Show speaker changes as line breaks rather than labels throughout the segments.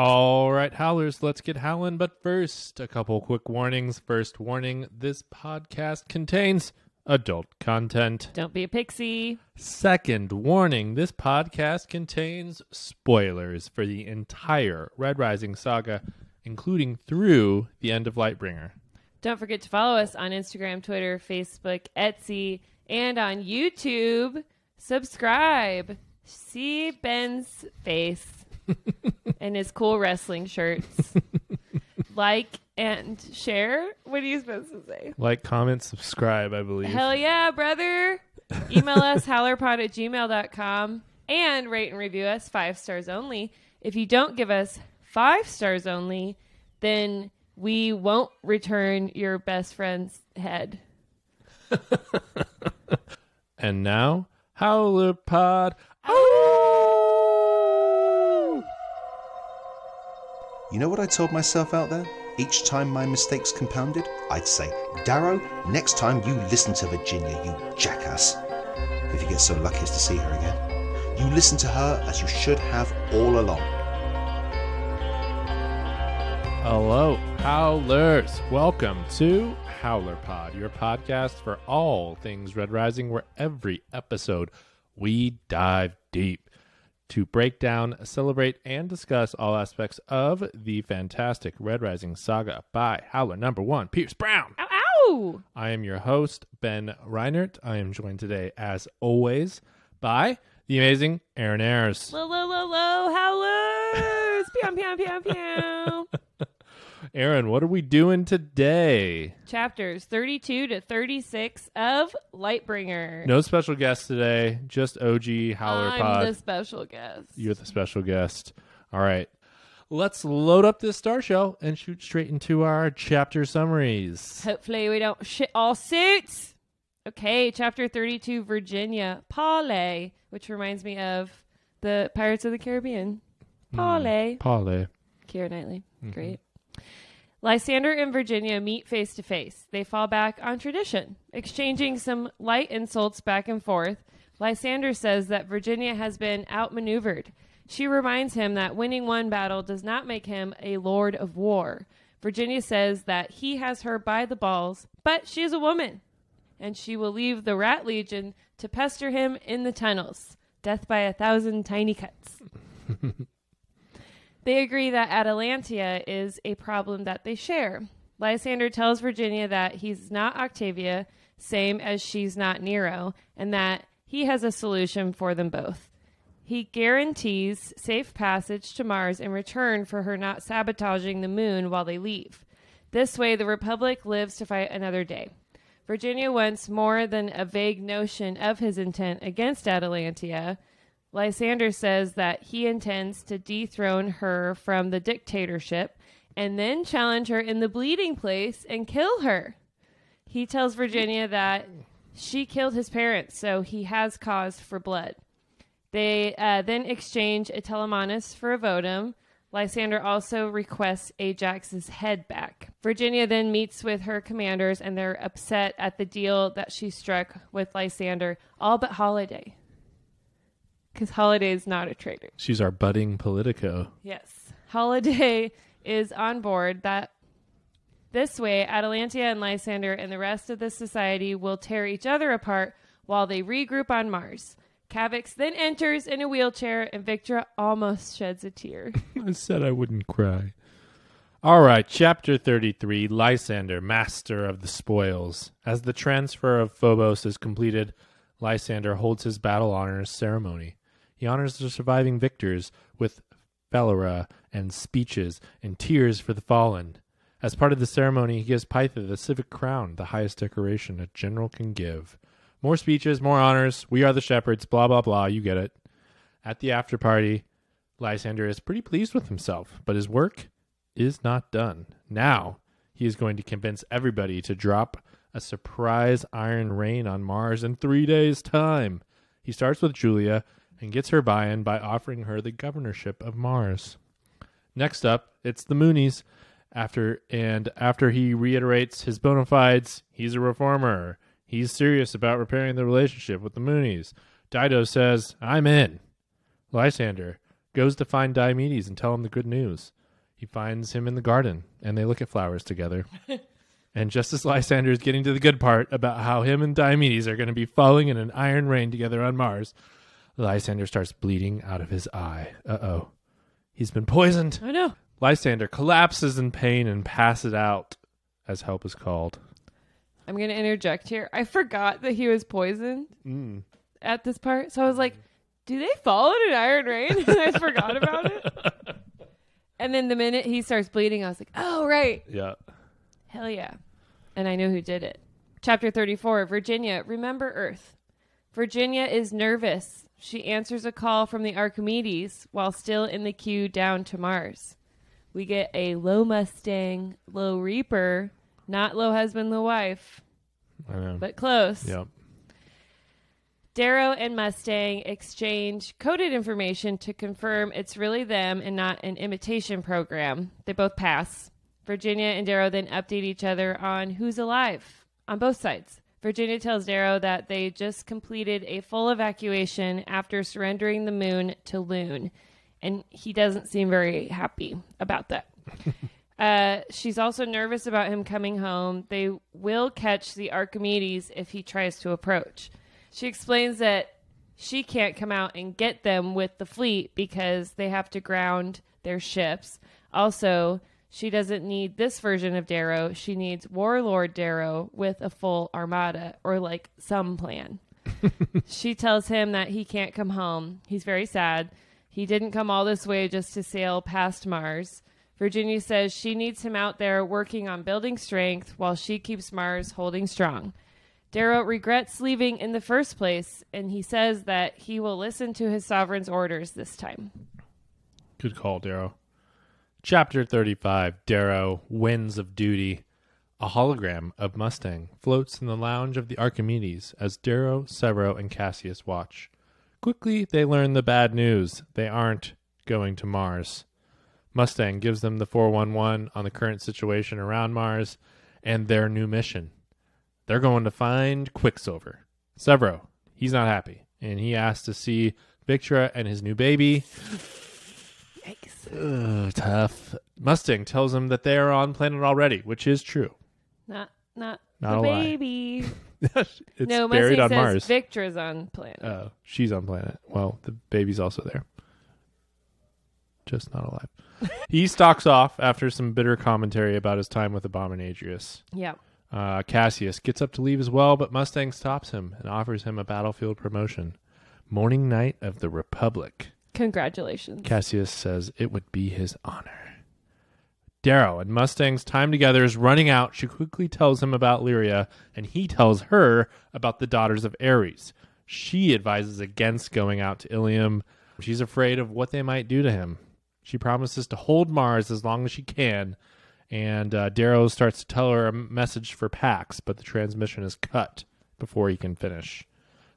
All right, howlers, let's get howling. But first, a couple quick warnings. First warning this podcast contains adult content.
Don't be a pixie.
Second warning this podcast contains spoilers for the entire Red Rising saga, including through the end of Lightbringer.
Don't forget to follow us on Instagram, Twitter, Facebook, Etsy, and on YouTube. Subscribe. See Ben's face and his cool wrestling shirts. like and share. What are you supposed to say?
Like, comment, subscribe, I believe.
Hell yeah, brother. Email us howlerpod at gmail.com and rate and review us five stars only. If you don't give us five stars only, then we won't return your best friend's head.
And now, Howler Pod. Oh!
You know what I told myself out there? Each time my mistakes compounded, I'd say, Darrow, next time you listen to Virginia, you jackass. If you get so lucky as to see her again, you listen to her as you should have all along.
Hello, Howlers. Welcome to Howler Pod, your podcast for all things Red Rising, where every episode we dive deep to break down, celebrate, and discuss all aspects of the fantastic Red Rising saga by Howler number one, Pierce Brown.
Ow, ow!
I am your host, Ben Reinert. I am joined today, as always, by the amazing Aaron Ayers.
Low, low, low, low, howlers! pew, pew, pew, pew.
Aaron, what are we doing today?
Chapters 32 to 36 of Lightbringer.
No special guest today, just OG Howler
I'm
Pod.
the special guest.
You're the special guest. All right. Let's load up this star show and shoot straight into our chapter summaries.
Hopefully, we don't shit all suits. Okay, chapter 32, Virginia. Parlay, which reminds me of the Pirates of the Caribbean. Parlay.
Polly.
Keira Knightley. Great. Lysander and Virginia meet face to face. They fall back on tradition, exchanging some light insults back and forth. Lysander says that Virginia has been outmaneuvered. She reminds him that winning one battle does not make him a lord of war. Virginia says that he has her by the balls, but she is a woman, and she will leave the Rat Legion to pester him in the tunnels. Death by a thousand tiny cuts. They agree that Atalantia is a problem that they share. Lysander tells Virginia that he's not Octavia, same as she's not Nero, and that he has a solution for them both. He guarantees safe passage to Mars in return for her not sabotaging the moon while they leave. This way, the Republic lives to fight another day. Virginia wants more than a vague notion of his intent against Atalantia. Lysander says that he intends to dethrone her from the dictatorship and then challenge her in the bleeding place and kill her. He tells Virginia that she killed his parents, so he has cause for blood. They uh, then exchange a Telemanus for a votum. Lysander also requests Ajax's head back. Virginia then meets with her commanders, and they're upset at the deal that she struck with Lysander, all but Holiday, because Holiday is not a traitor.
She's our budding Politico.
Yes. Holiday is on board that this way Atalantia and Lysander and the rest of the society will tear each other apart while they regroup on Mars. Kavix then enters in a wheelchair and Victra almost sheds a tear.
I said I wouldn't cry. All right, chapter 33 Lysander, master of the spoils. As the transfer of Phobos is completed, Lysander holds his battle honors ceremony. He honors the surviving victors with phallera and speeches and tears for the fallen. As part of the ceremony, he gives Pytha the civic crown, the highest decoration a general can give. More speeches, more honors. We are the shepherds, blah, blah, blah. You get it. At the after party, Lysander is pretty pleased with himself, but his work is not done. Now he is going to convince everybody to drop a surprise iron rain on Mars in three days' time. He starts with Julia and gets her buy in by offering her the governorship of Mars. Next up, it's the Moonies. After and after he reiterates his bona fides, he's a reformer. He's serious about repairing the relationship with the Moonies. Dido says, I'm in. Lysander goes to find Diomedes and tell him the good news. He finds him in the garden, and they look at flowers together. and just as Lysander is getting to the good part about how him and Diomedes are going to be falling in an iron rain together on Mars, Lysander starts bleeding out of his eye. Uh oh. He's been poisoned.
Oh no.
Lysander collapses in pain and passes out as help is called.
I'm going to interject here. I forgot that he was poisoned at this part. So I was like, do they fall in an iron rain? And I forgot about it. And then the minute he starts bleeding, I was like, oh, right.
Yeah.
Hell yeah. And I know who did it. Chapter 34 Virginia, remember Earth. Virginia is nervous. She answers a call from the Archimedes while still in the queue down to Mars. We get a low Mustang, low Reaper, not low husband, low wife,
I know.
but close.
yeah.
Darrow and Mustang exchange coded information to confirm it's really them and not an imitation program. They both pass. Virginia and Darrow then update each other on who's alive on both sides. Virginia tells Darrow that they just completed a full evacuation after surrendering the moon to Loon, and he doesn't seem very happy about that. Uh, she's also nervous about him coming home. They will catch the Archimedes if he tries to approach. She explains that she can't come out and get them with the fleet because they have to ground their ships. Also, she doesn't need this version of Darrow. She needs Warlord Darrow with a full armada or like some plan. she tells him that he can't come home. He's very sad. He didn't come all this way just to sail past Mars. Virginia says she needs him out there working on building strength while she keeps Mars holding strong. Darrow regrets leaving in the first place, and he says that he will listen to his sovereign's orders this time.
Good call, Darrow. Chapter 35 Darrow, Winds of Duty. A hologram of Mustang floats in the lounge of the Archimedes as Darrow, Severo, and Cassius watch. Quickly, they learn the bad news. They aren't going to Mars. Mustang gives them the 411 on the current situation around Mars and their new mission. They're going to find Quicksilver. Severo, he's not happy, and he asks to see Victra and his new baby.
Yikes.
Ugh, tough. Mustang tells him that they are on planet already, which is true.
Not, not,
Not a
the
lie.
baby.
it's
no,
buried
Mustang
on
says
Mars.
Victra's on planet.
oh, she's on planet. Well, the baby's also there. Just not alive. he stalks off after some bitter commentary about his time with Abominadrius.
yeah.
Uh, Cassius gets up to leave as well, but Mustang stops him and offers him a battlefield promotion. Morning Knight of the Republic.
Congratulations.
Cassius says it would be his honor. Darrow and Mustang's time together is running out. She quickly tells him about Lyria, and he tells her about the daughters of Ares. She advises against going out to Ilium. She's afraid of what they might do to him. She promises to hold Mars as long as she can, and uh, Darrow starts to tell her a message for Pax, but the transmission is cut before he can finish.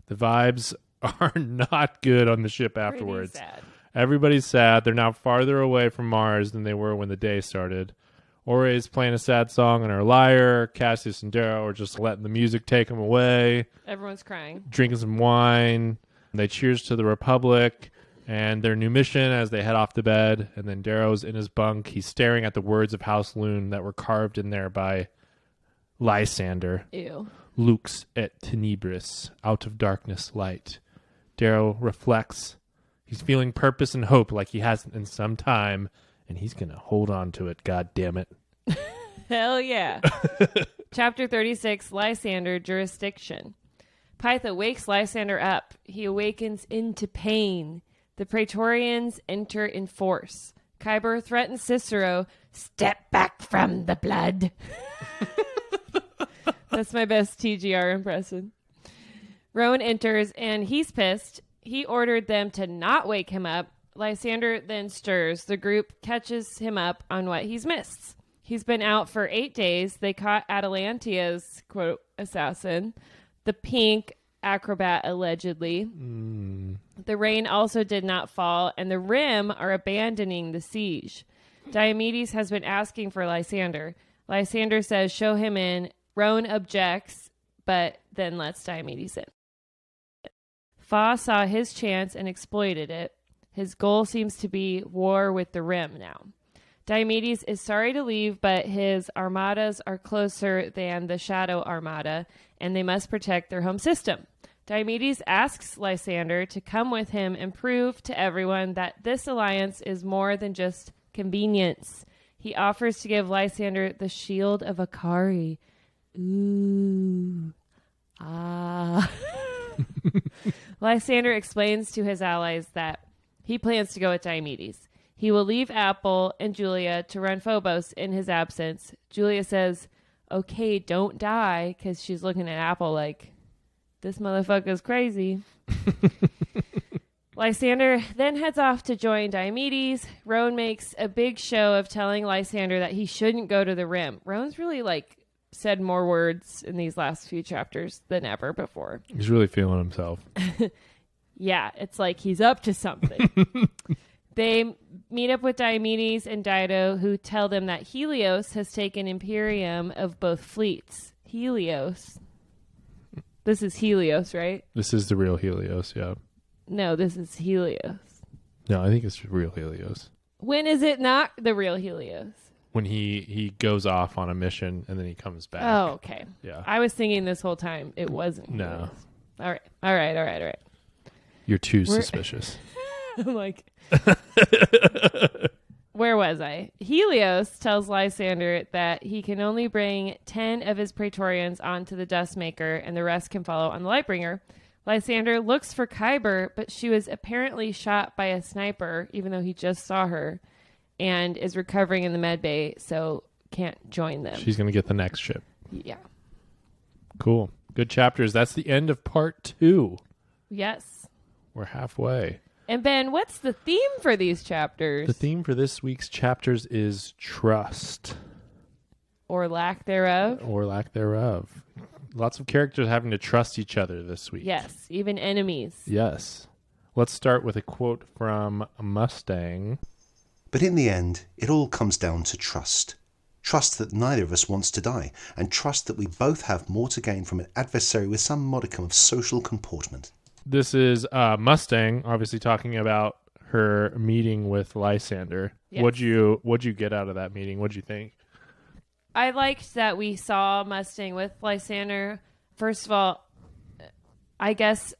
The vibes are not good on the ship
Pretty
afterwards.
sad.
Everybody's sad. They're now farther away from Mars than they were when the day started. Ore's playing a sad song on her lyre. Cassius and Darrow are just letting the music take them away,
Everyone's crying.
drinking some wine. They cheers to the Republic and their new mission as they head off to bed. And then Darrow's in his bunk. He's staring at the words of House Loon that were carved in there by Lysander.
Ew.
Lux et tenebris, out of darkness light. Darrow reflects. He's feeling purpose and hope like he hasn't in some time, and he's gonna hold on to it. God damn it!
Hell yeah. Chapter 36 Lysander Jurisdiction. Pytha wakes Lysander up. He awakens into pain. The Praetorians enter in force. Kyber threatens Cicero step back from the blood. That's my best TGR impression. Rowan enters and he's pissed. He ordered them to not wake him up. Lysander then stirs. The group catches him up on what he's missed. He's been out for eight days. They caught Atalantia's quote assassin, the pink acrobat allegedly. The rain also did not fall, and the Rim are abandoning the siege. Diomedes has been asking for Lysander. Lysander says, Show him in. Roan objects, but then lets Diomedes in. Fa saw his chance and exploited it. His His goal seems to be war with the rim now. Diomedes is sorry to leave, but his armadas are closer than the Shadow Armada, and they must protect their home system. Diomedes asks Lysander to come with him and prove to everyone that this alliance is more than just convenience. He offers to give Lysander the shield of Akari. Ooh. Ah. Lysander explains to his allies that he plans to go with Diomedes. He will leave Apple and Julia to run Phobos in his absence. Julia says, Okay, don't die, because she's looking at Apple like, this motherfucker's crazy. Lysander then heads off to join Diomedes. Roan makes a big show of telling Lysander that he shouldn't go to the rim. Roan's really like said more words in these last few chapters than ever before.
He's really feeling himself.
Yeah, it's like he's up to something. they meet up with Diomedes and Dido, who tell them that Helios has taken Imperium of both fleets. Helios. This is Helios, right?
This is the real Helios, yeah.
No, this is Helios.
No, I think it's real Helios.
When is it not the real Helios?
When he he goes off on a mission and then he comes back.
Oh, okay.
Yeah.
I was thinking this whole time it wasn't.
No.
Helios. All right. All right. All right. All right.
You're too
We're-
suspicious.
I'm like, where was I? Helios tells Lysander that he can only bring 10 of his Praetorians onto the Dustmaker and the rest can follow on the Lightbringer. Lysander looks for Kyber, but she was apparently shot by a sniper, even though he just saw her, and is recovering in the med bay, so can't join them.
She's gonna get the next ship.
yeah.
Cool. Good chapters. That's the end of part two.
Yes.
We're halfway.
And Ben, what's the theme for these chapters?
The theme for this week's chapters is trust
or lack thereof?
or lack thereof. Lots of characters having to trust each other this week.
Yes, even enemies.
Yes. Let's start with a quote from Mustang.
But in the end, it all comes down to trust. Trust that neither of us wants to die, and trust that we both have more to gain from an adversary with some modicum of social comportment.
This is uh, Mustang, obviously talking about her meeting with Lysander.
Yes.
What'd you What'd you get out of that meeting? What'd you think?
I liked that we saw Mustang with Lysander. First of all, I guess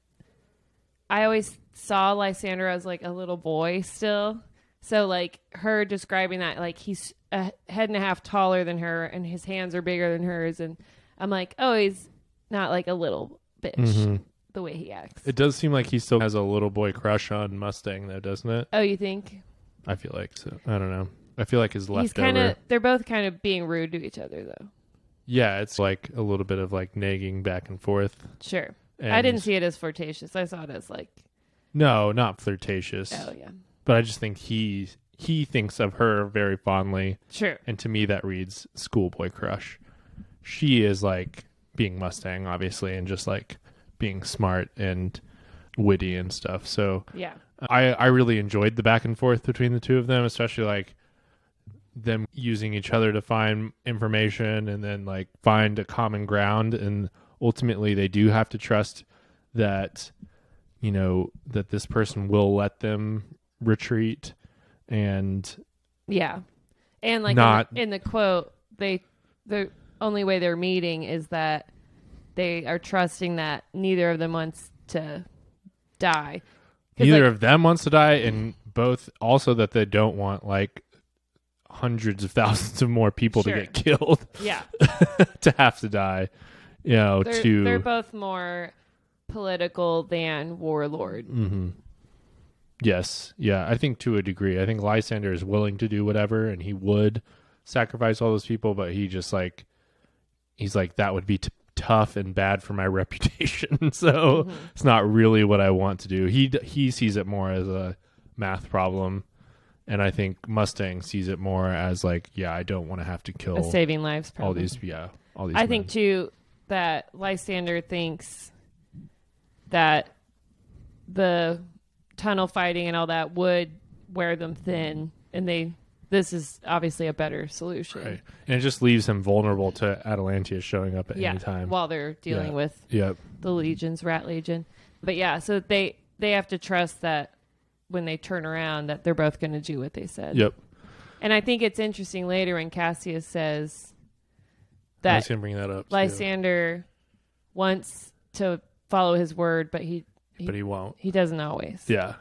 I always saw Lysander as like a little boy still. So like her describing that like he's a head and a half taller than her and his hands are bigger than hers and I'm like, "Oh, he's not like a little bitch the way he acts."
Mm-hmm. It does seem like he still has a little boy crush on Mustang, though, doesn't it?
oh, you think?
I feel like so. I don't know. I feel like his
he's
leftover.
kind of they're both kind of being rude to each other though.
Yeah, it's like a little bit of like nagging back and forth.
Sure. I
And-
didn't see it as flirtatious. I saw it as like,
No, not flirtatious.
"Oh, yeah."
But I just think he he thinks of her very fondly,
Sure.
and to me that reads schoolboy crush. She is like being Mustang, obviously, and just like being smart and witty and stuff. So
Yeah.
I I really enjoyed the back and forth between the two of them, especially like them using each other to find information and then like find a common ground and ultimately they do have to trust that you know that this person will let them retreat and
Yeah, and like
Not-
in, the, in the quote, they the only way they're meeting is that they are trusting that neither of them wants to die. 'Cause,
neither
like,
of them wants to die and both also that they don't want like hundreds of thousands of more people
Sure.
to get killed
yeah,
to have to die you know
they're,
to
they're both more political than warlord.
Yes. Yeah. I think to a degree. I think Lysander is willing to do whatever and he would sacrifice all those people, but he just like, he's like, that would be t- tough and bad for my reputation. so
Mm-hmm.
it's not really what I want to do. He, d- he sees it more as a math problem. And I think Mustang sees it more as like, yeah, I don't want to have to
A
kill
saving lives.
all
Problem.
these. Yeah. All these.
I
men.
think too that Lysander thinks that the tunnel fighting and all that would wear them thin, and they this is obviously a better solution.
Right. And it just leaves him vulnerable to Atalantia showing up at
Yeah,
any time.
while they're dealing
Yeah.
with
yep.
the legions, rat legion, but yeah, so they they have to trust that when they turn around that they're both going to do what they said.
Yep.
And I think it's interesting later when Cassius says
I was
that
gonna bring that up. too,
Lysander wants to follow his word, but he he,
but he won't.
he doesn't always.
Yeah.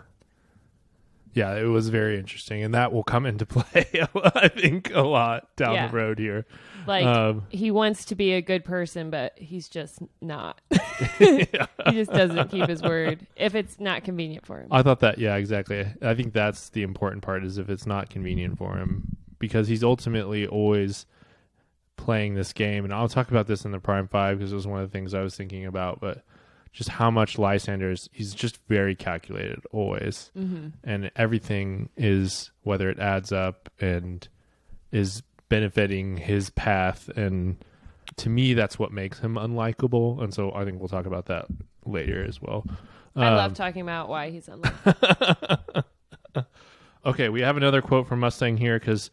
Yeah, it was very interesting, and that will come into play, I think, a lot down
Yeah.
the road here.
Like
Um,
he wants to be a good person, but he's just not. He just doesn't keep his word if it's not convenient for him.
I thought that, yeah, exactly. I think that's the important part is if it's not convenient for him, because he's ultimately always playing this game, and I'll talk about this in the Prime Five because it was one of the things I was thinking about, but just how much Lysander is, he's just very calculated always, mm-hmm. and everything is whether it adds up and is benefiting his path and to me that's what makes him unlikable and so i think we'll talk about that later as well
I
Um,
love talking about why he's unlucky.
Okay, we have another quote from Mustang here because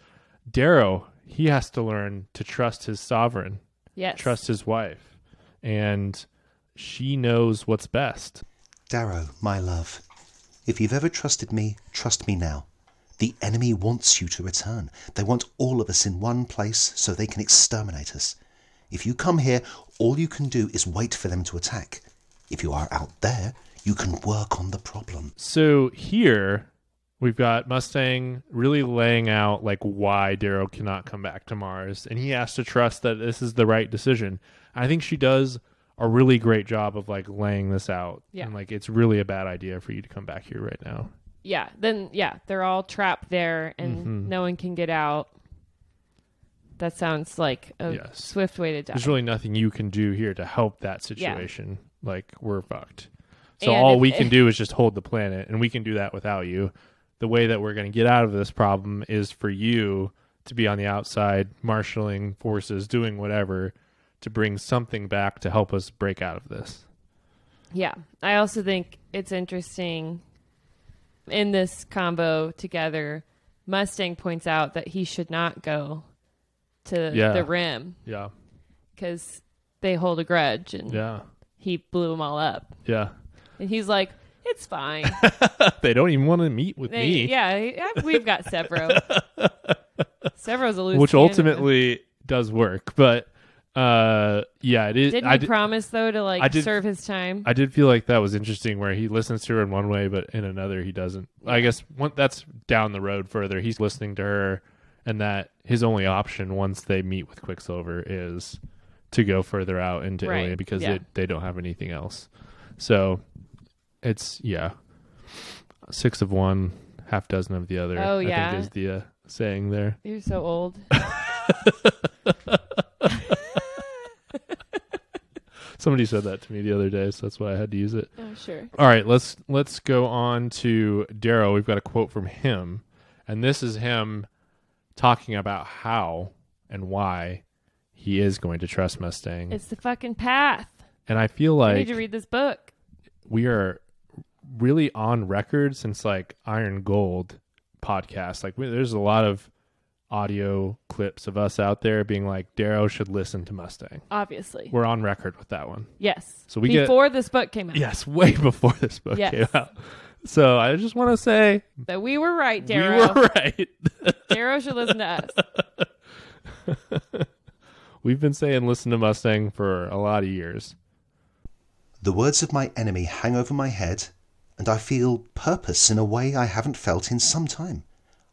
Darrow he has to learn to trust his sovereign,
Yes.
trust his wife, and she knows what's best.
Darrow, my love, if you've ever trusted me, trust me now. The enemy wants you to return. They want all of us in one place so they can exterminate us. If you come here, all you can do is wait for them to attack. If you are out there, you can work on the problem.
So here we've got Mustang really laying out like why Darrow cannot come back to Mars, and he has to trust that this is the right decision. I think she does a really great job of like laying this out,
Yeah.
and like it's really a bad idea for you to come back here right now.
Yeah. Then yeah, they're all trapped there and
Mm-hmm.
no one can get out. That sounds like a
Yes.
swift way to die.
there's really nothing you can do here to help that situation. Like we're fucked. So
And
all
if-
we can do is just hold the planet, and we can do that without you. The way that we're going to get out of this problem is for you to be on the outside, marshaling forces, doing whatever to bring something back to help us break out of this.
Yeah. I also think it's interesting in this combo together, Mustang points out that he should not go to
Yeah.
the rim
Yeah,
because they hold a grudge and
yeah,
he blew them all up.
yeah.
And he's like, it's fine.
They don't even want to meet with
They,
me,
yeah, I- we've got Severo. Severo's a loose
which
cannon.
ultimately does work. But uh, yeah, it is.
Didn't
I
he
di-
promise though to
I
like
did-
serve his time?
I did feel like that was interesting where he listens to her in one way, but in another he doesn't. I guess one, that's down the road further. He's listening to her, and that his only option once they meet with Quicksilver is to go further out into
Right,
Ilion because
yeah.
they, they don't have anything else. So it's, yeah, six of one, half dozen of the other.
Oh,
I
yeah.
think is the uh, saying there.
You're so old. Oh,
Somebody said that to me the other day, so that's why I had to use it.
Oh, sure.
All right, let's let's go on to Darrow. We've got a quote from him, and this is him talking about how and why he is going to trust Mustang.
It's the fucking path.
and I feel
I
like
need to read this book.
we are really on record since like Iron Gold podcast. Like we, there's a lot of audio clips of us out there being like Darrow should listen to Mustang.
Obviously.
We're on record with that one.
Yes.
So we get-
before this book came out.
Yes, way before this book
Yes.
came out. So I just want to say
That we were right,
we
Darrow.
were right.
Darrow should listen to us.
We've been saying listen to Mustang for a lot of years.
The words of my enemy hang over my head, and I feel purpose in a way I haven't felt in some time.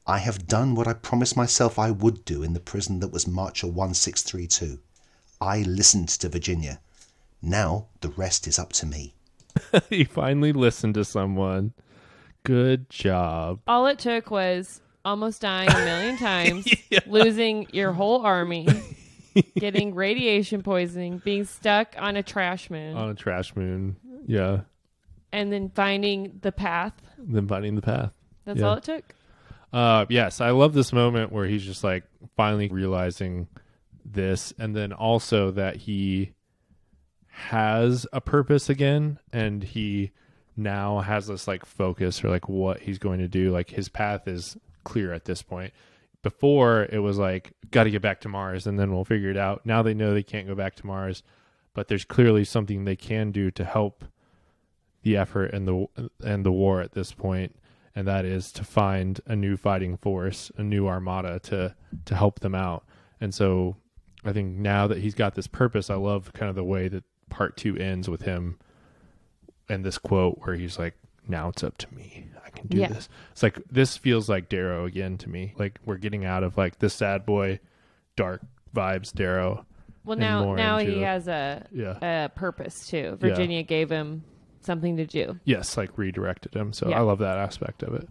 I have done what I promised myself I would do in the prison that was Marcher 1632. I listened to Virginia. Now the rest is up to me.
he finally listened to someone. Good job.
All it took was almost dying a million times, losing your whole army, getting radiation poisoning, being stuck on a trash moon,
On a trash moon. Yeah.
and then finding the path.
Then finding the path.
That's
Yeah.
all it took.
Uh yes, I love this moment where he's just like finally realizing this and then also that he has a purpose again and he now has this like focus or like what he's going to do like his path is clear at this point before it was like got to get back to mars and then we'll figure it out now they know they can't go back to mars but there's clearly something they can do to help the effort and the and the war at this point and that is to find a new fighting force, a new armada to to help them out. And so I think now that he's got this purpose, I love kind of the way that part 2 ends with him and this quote where he's like now it's up to me. I can do
Yeah.
this. It's like this feels like Darrow again to me. Like we're getting out of like the sad boy dark vibes Darrow.
Well,
and
now
more
now
into
he
it.
has a
Yeah.
a uh, purpose too. Virginia gave him something to do.
yes, like redirected him. So
Yeah.
I love that aspect of it.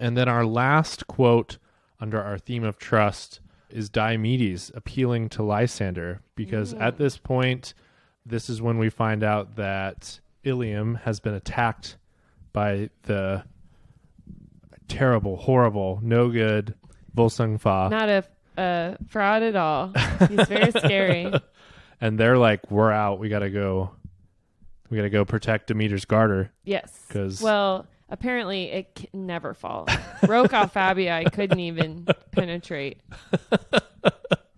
And then our last quote under our theme of trust is Diomedes appealing to Lysander because
Mm.
at this point, this is when we find out that Ilium has been attacked by the terrible, horrible, no good Volsung Fa.
Not a, a fraud at all. He's very scary.
and they're like, we're out. We got to go. We got to go protect Demeter's garter.
Yes.
'Cause-
well, apparently it c- never falls. Rokoff fabii couldn't even penetrate.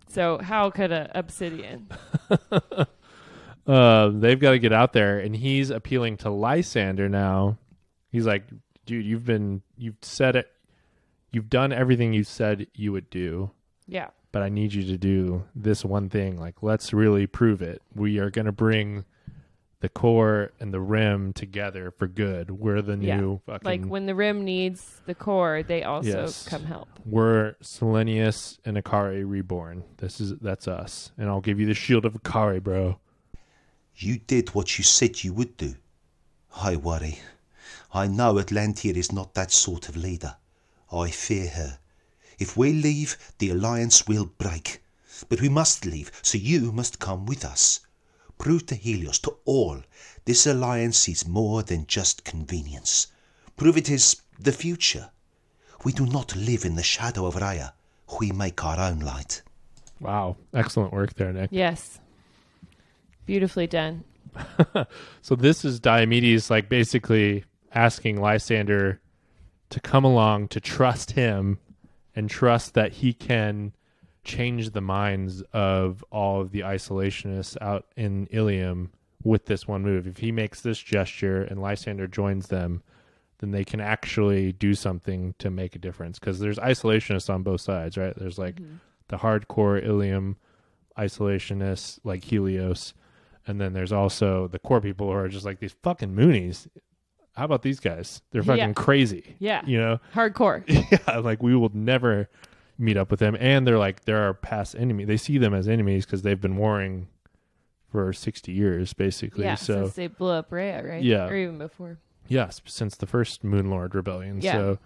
So how could a obsidian?
Uh, they've got to get out there, and he's appealing to Lysander now. He's like, dude, you've been, you've said it, you've done everything you said you would do,
Yeah.
but I need you to do this one thing. Like, let's really prove it. We are going to bring the core and the rim together for good. We're the
Yeah.
new fucking,
Like when the rim needs the core, they also
Yes.
come help.
we're Selenius and Akari reborn. This is, that's us. And I'll give you the shield of Akari, bro.
You did what you said you would do. I worry. I know Atlantia is not that sort of leader. I fear her. If we leave, the alliance will break. But we must leave, so you must come with us. Prove to Helios, to all, this alliance is more than just convenience. Prove it is the future. We do not live in the shadow of Raya. We make our own light.
Wow. Excellent work there, Nick.
Yes. Beautifully done.
So this is Diomedes like basically asking Lysander to come along to trust him and trust that he can change the minds of all of the isolationists out in Ilium with this one move. If he makes this gesture and Lysander joins them, then they can actually do something to make a difference because there's isolationists on both sides, right? There's like the hardcore Ilium isolationists like Helios, and then there's also the core people who are just like these fucking Moonies. How about these guys? They're fucking
Yeah.
crazy.
Yeah.
You know?
Hardcore.
yeah, like we will never meet up with them. And they're like, they're our past enemy. They see them as enemies because they've been warring for 60 years, basically.
Yeah.
so,
Since they blew up Rhea, right?
Yeah.
Or even before.
yes, since the first Moon Lord rebellion.
Yeah.
So,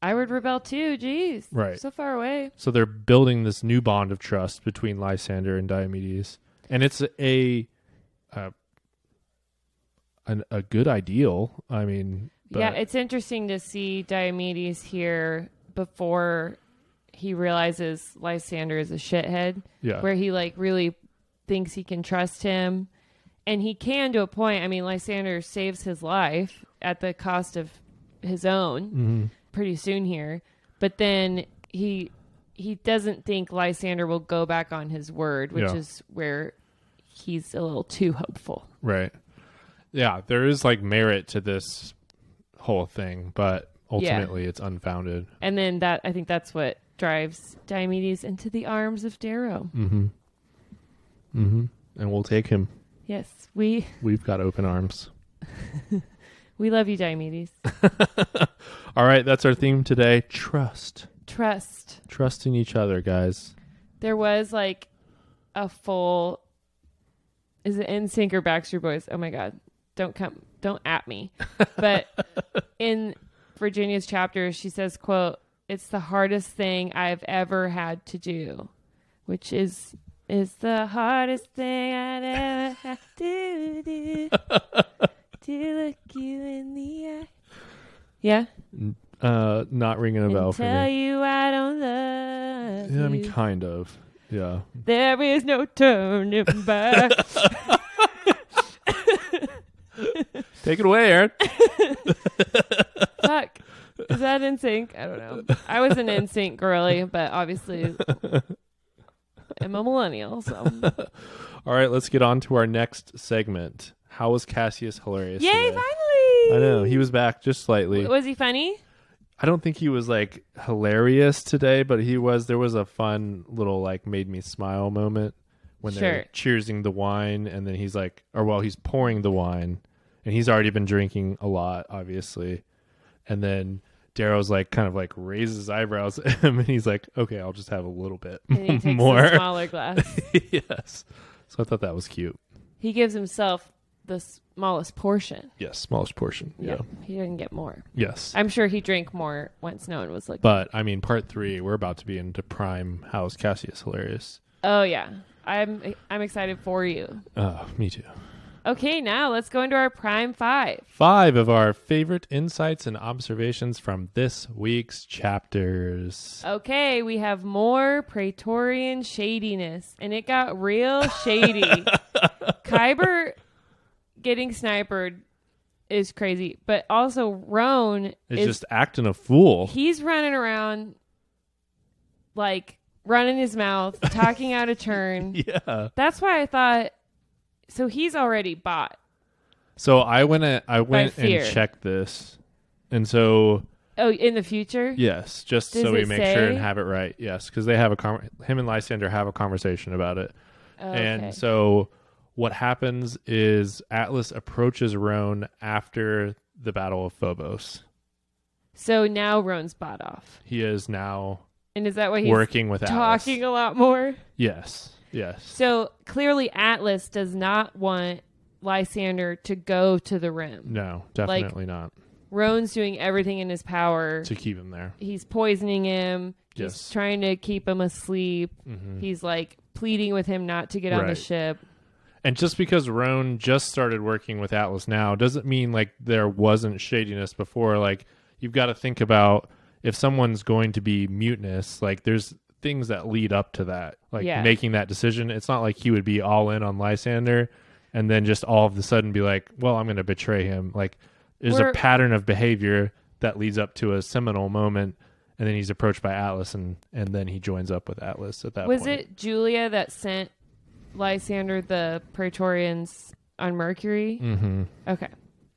I would rebel too. Jeez.
Right.
So far away.
so they're building this new bond of trust between Lysander and Diomedes. And it's a, uh, an, a good ideal. I mean, but,
yeah, it's interesting to see Diomedes here before he realizes Lysander is a shithead,
yeah.
where he like really thinks he can trust him. And he can to a point. I mean, Lysander saves his life at the cost of his own
Mm-hmm.
pretty soon here. But then he he doesn't think Lysander will go back on his word, which
Yeah.
is where he's a little too hopeful.
Right. Yeah, there is like merit to this whole thing, but ultimately it's unfounded.
And then that I think that's what drives Diomedes into the arms of Darrow.
Mm-hmm. And we'll take him.
Yes, we
We've got open arms.
we love you, Diomedes.
All right, that's our theme today. Trust.
Trust.
Trust in each other, guys.
There was like a full. Is it NSYNC or Backstreet Boys? Oh my God! Don't come, don't at me. But in Virginia's chapter, she says, "quote It's the hardest thing I've ever had to do, which is is the hardest thing I'd ever had to do to look you in the eye." Yeah,
Uh not ringing a bell
and
for
tell
me.
you I don't love
Yeah, I
you.
mean kind of. Yeah.
There is no turning back.
Take it away, Aaron.
Fuck. Is that in sync? I don't know. I was an in sync girly, but obviously I'm a millennial, so
All right, let's get on to our next segment. How was Cassius hilarious?
Yay,
today?
finally.
I know he was back just slightly.
Was he funny?
I don't think he was like hilarious today, but he was. There was a fun little like made me smile moment when
Sure.
they're cheersing the wine, and then he's like, or well, he's pouring the wine, and he's already been drinking a lot, obviously, and then. Darrow's like kind of like raises his eyebrows at him and he's like, Okay, I'll just have a little bit
And he takes
more.
the smaller glass.
yes. So I thought that was cute.
He gives himself the smallest portion.
Yes, smallest portion. Yeah.
He didn't get more.
Yes.
I'm sure he drank more once no one was looking.
but I mean, part three, we're about to be into prime. How is Cassius hilarious?
oh yeah. I'm I'm excited for you.
Oh, me too.
Okay, now let's go into our prime 5.
Five of our favorite insights and observations from this week's chapters.
Okay, we have more Praetorian shadiness, and it got real shady. Kyber getting snipered is crazy, but also Roan
It's
is
just acting a fool.
he's running around like running his mouth, talking out of turn.
yeah.
That's why I thought so he's already bought.
So I went. A, I went
fear.
and checked this, and so
Oh, in the future?
Yes, just
Does
so we
it
make sure and
say?
have it right. Yes, because they have a con- him and Lysander have a conversation about it,
okay.
and so what happens is Atlas approaches Roan after the Battle of Phobos.
So now Roan's bought off.
He is now
And is that why he's
working with
talking
Atlas.
a lot more?
Yes, yes,
So clearly, Atlas does not want Lysander to go to the rim.
no, definitely not
Roan's doing everything in his power.
to keep him there.
He's poisoning him. He's
Yes. Mm-hmm.
trying to keep him asleep. He's like pleading with him not to get on the
Right.
ship.
And just because Roan just started working with Atlas now doesn't mean like there wasn't shadiness before. Like you've got to think about if someone's going to be mutinous, like there's things that lead up to that. Like
Yeah.
making that decision. It's not like he would be all in on Lysander and then just all of a sudden be like, Well, I'm gonna betray him. Like there's
We're-
a pattern of behavior that leads up to a seminal moment and then he's approached by Atlas and and then he joins up with Atlas at that
Was
point.
it Julia that sent Lysander the Praetorians on Mercury? Mm-hmm. Okay.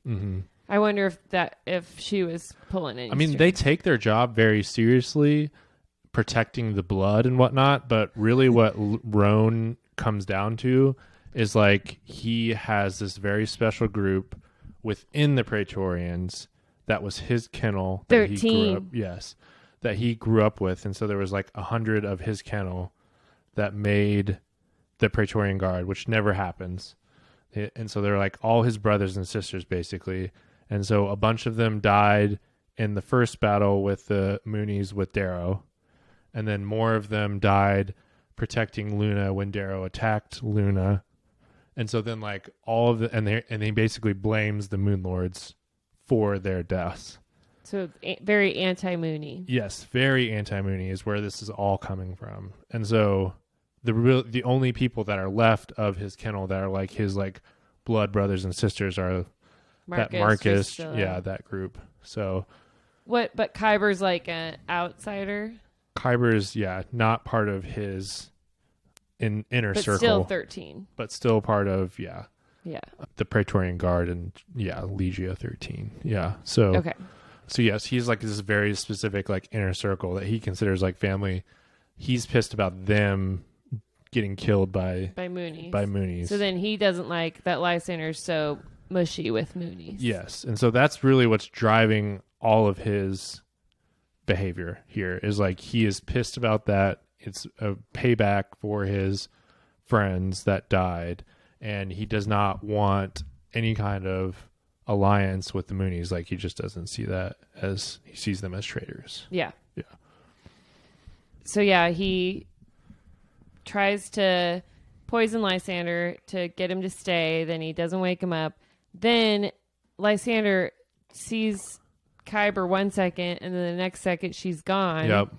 Mm-hmm. I wonder if that if she was pulling any.
I mean, they take their job very seriously, protecting the blood and whatnot. But really, what L- Roan comes down to is like he has this very special group within the Praetorians that was his kennel. That He grew
13.
up, yes, that he grew up with, and so there was like a hundred of his kennel that made the Praetorian Guard, which never happens. They- And so they're like all his brothers and sisters, basically. And so a bunch of them died in the first battle with the Moonies with Darrow. And then more of them died protecting Luna when Darrow attacked Luna. And so then, like, all of the, and they, and he basically blames the Moon Lords for their deaths.
so a- very anti Mooney.
Yes, very anti-Mooney is where this is all coming from, and so the real, the only people that are left of his kennel that are like his like blood brothers and sisters are that Marcus,
uh,
yeah, that group. So
What? But Kyber's like an outsider,
Kyber's yeah not part of his in inner
but
circle,
still thirteen.
but still part of yeah
Yeah.
the Praetorian Guard and yeah Legio Thirteen, yeah. So
Okay.
So yes, he's like this very specific like inner circle that he considers like family. He's pissed about them getting killed by
By Mooney.
by Moonies.
So then he doesn't like that Lysander's so mushy with Mooney.
yes, and so that's really what's driving all of his behavior here is like he is pissed about that. It's a payback for his friends that died, and he does not want any kind of alliance with the Moonies. Like he just doesn't see that as he sees them as traitors.
Yeah.
Yeah.
So yeah, he tries to poison Lysander to get him to stay. Then he doesn't wake him up. Then Lysander sees Kyber one second, and then the next second she's gone.
Yep.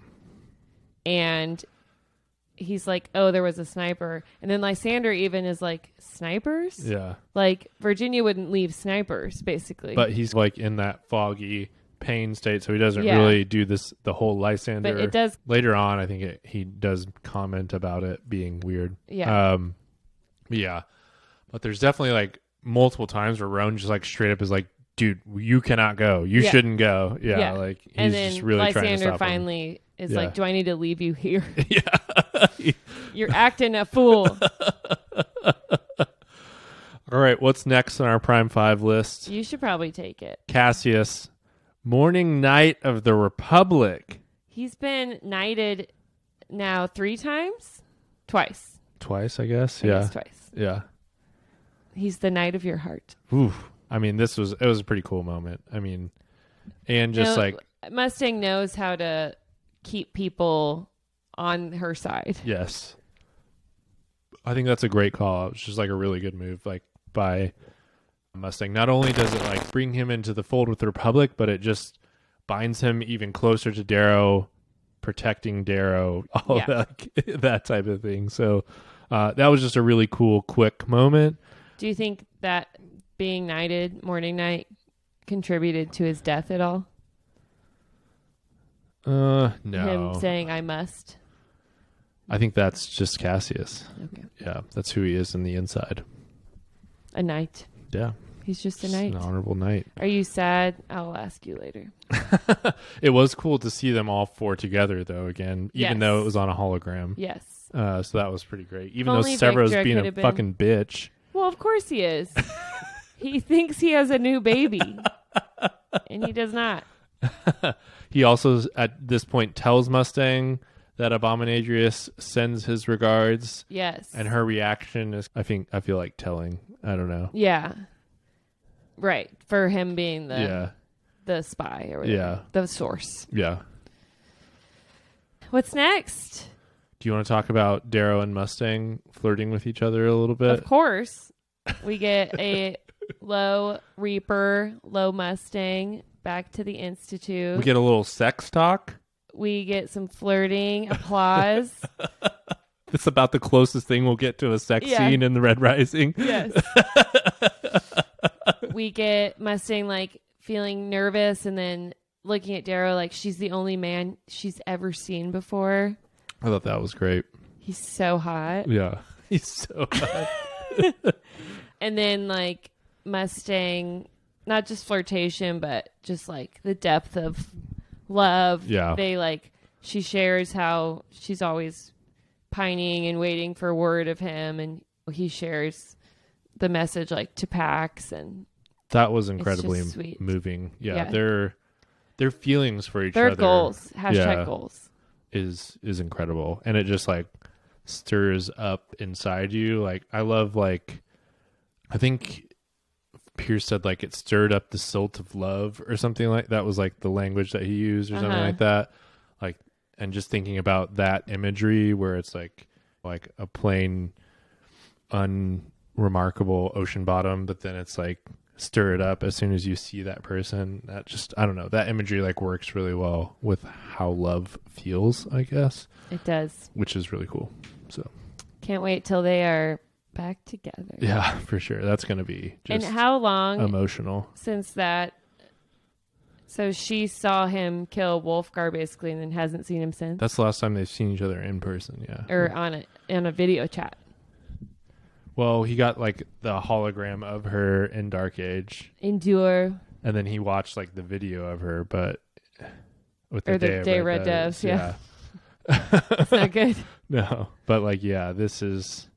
and he's like, "Oh, there was a sniper." And then Lysander even is like, "Snipers?
Yeah.
Like Virginia wouldn't leave snipers, basically."
but he's like in that foggy pain state, so he doesn't
Yeah.
really do this the whole Lysander.
But it does-
later on. I think it, he does comment about it being weird.
Yeah.
Um, yeah, but there's definitely like multiple times where Roan just like straight up is like, dude, you cannot go. You
Yeah.
shouldn't go. Yeah,
Yeah.
like he's
and then
just really trying to
Lysander
stop him.
finally is
Yeah.
like, "Do I need to leave you here?
Yeah.
You're acting a fool.
All right, what's next on our prime five list?
you should probably take it."
Cassius, Morning Knight of the Republic.
He's been knighted now three times, twice.
Twice, I guess.
I
yeah.
guess twice.
Yeah.
He's the knight of your heart.
Oof. I mean, this was it was a pretty cool moment. I mean, and just
No,
like
Mustang knows how to keep people on her side.
yes, I think that's a great call. It's just like a really good move, like by Mustang. Not only does it like bring him into the fold with the Republic, but it just binds him even closer to Darrow, protecting Darrow, all
Yeah.
that that type of thing. So uh, that was just a really cool, quick moment.
Do you think that being knighted, morning knight, contributed to his death at all?
Uh, no,
Him saying, "I must."
I think that's just Cassius.
Okay,
Yeah, that's who he is in the inside.
a knight.
Yeah.
He's just a
Just
knight.
An honorable knight.
Are you sad? I'll ask you later.
It was cool to see them all four together, though. Again, even
Yes.
though it was on a hologram,
Yes.
uh, so that was pretty great. Even
only
though Severo's
Victra
being
could
a
have been-
fucking bitch,
Well, of course he is. he thinks he has a new baby, and he does not.
he also at this point tells Mustang that Abominadrius sends his regards,
Yes.
and her reaction is, I think, I feel like telling. I don't know.
Yeah. Right. For him being the
Yeah,
the spy or whatever.
Yeah.
The source.
yeah.
What's next?
Do you want to talk about Darrow and Mustang flirting with each other a little bit?
of course, we get a low Reaper, low Mustang back to the Institute.
We get a little sex talk.
We get some flirting, applause.
It's about the closest thing we'll get to a sex
Yeah.
scene in the Red Rising.
yes. we get Mustang like feeling nervous and then looking at Darrow like she's the only man she's ever seen before.
I thought that was great.
He's so hot.
Yeah. He's so
and then like Mustang, not just flirtation, but just like the depth of love.
Yeah.
They like she shares how she's always pining and waiting for word of him, and he shares the message like to Pax, and
That was incredibly
just sweet.
moving. Yeah,
Yeah.
Their their feelings for each
their
other
goals hashtag
Yeah.
goals.
is is incredible. And it just like stirs up inside you. Like I love like I think Pierce said like it stirred up the silt of love or something like that was like the language that he used or something
Uh-huh.
like that. Like and just thinking about that imagery where it's like like a plain unremarkable ocean bottom, but then it's like stir it up as soon as you see that person. That just I don't know, that imagery like works really well with how love feels, I guess,
It does.
which is really cool. So
Can't wait till they are back together.
yeah, for sure. That's gonna be
and
just um,
how long
emotional.
since that? So she saw him kill Wolfgar basically, and then hasn't seen him since.
That's the last time they've seen each other in person, yeah.
or on a on a video chat.
well, he got like the hologram of her in Dark Age
Endure.
and then he watched like the video of her, but with
Or the Day of Red Doves, yeah. It's not good
No, but like, yeah, this is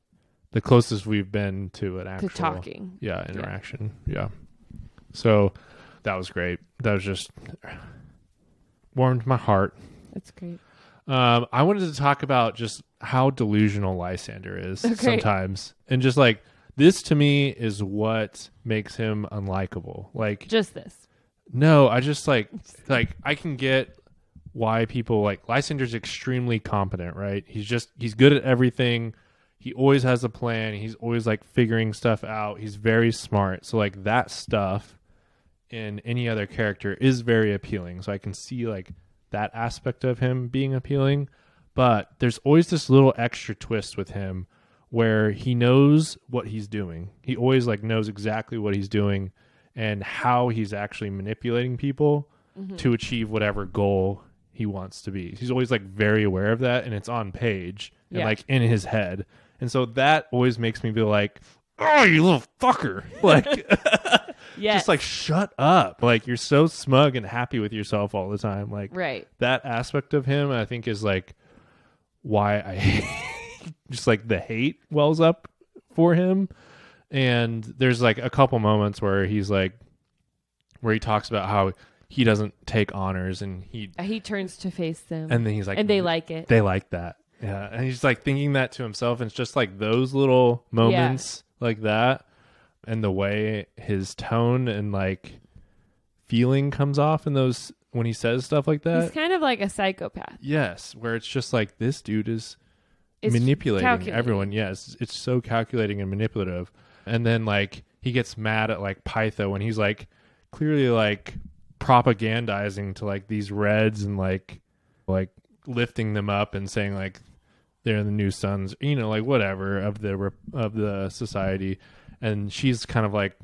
the closest we've been to an
to
actual
talking.
yeah interaction. Yeah. So that was great. That was just warmed my heart.
That's great.
Um, I wanted to talk about just how delusional Lysander is
Okay.
sometimes, and just like this to me is what makes him unlikable. Like
Just this.
no, I just like like I can get why people like Lysander's extremely competent, right? He's just he's good at everything. He always has a plan. He's always like figuring stuff out. He's very smart. So like that stuff in any other character is very appealing. So I can see like that aspect of him being appealing, but there's always this little extra twist with him where he knows what he's doing. He always like knows exactly what he's doing and how he's actually manipulating people to achieve whatever goal he wants to be. He's always like very aware of that and it's on page and
Yeah.
like in his head. And so that always makes me be like, "Oh, you little fucker." Like
Yes.
Just like shut up. Like you're so smug and happy with yourself all the time. Like
right.
that aspect of him, I think, is like why I just like the hate wells up for him. And there's like a couple moments where he's like, where he talks about how he doesn't take honors and he,
Uh, He turns to face them, and,
and then he's like,
they like it.
they like that. Yeah. And he's like thinking that to himself. And it's just like those little moments like that and the way his tone and like feeling comes off in those when he says stuff like that.
He's kind of like a psychopath.
Yes, where it's just like this dude is
It's
manipulating
calculating.
everyone. Yes, it's so calculating and manipulative. And then like he gets mad at like Pytho when he's like clearly like propagandizing to like these Reds and like like lifting them up and saying like they're the new sons, you know, like whatever of the rep- of the society. And she's kind of like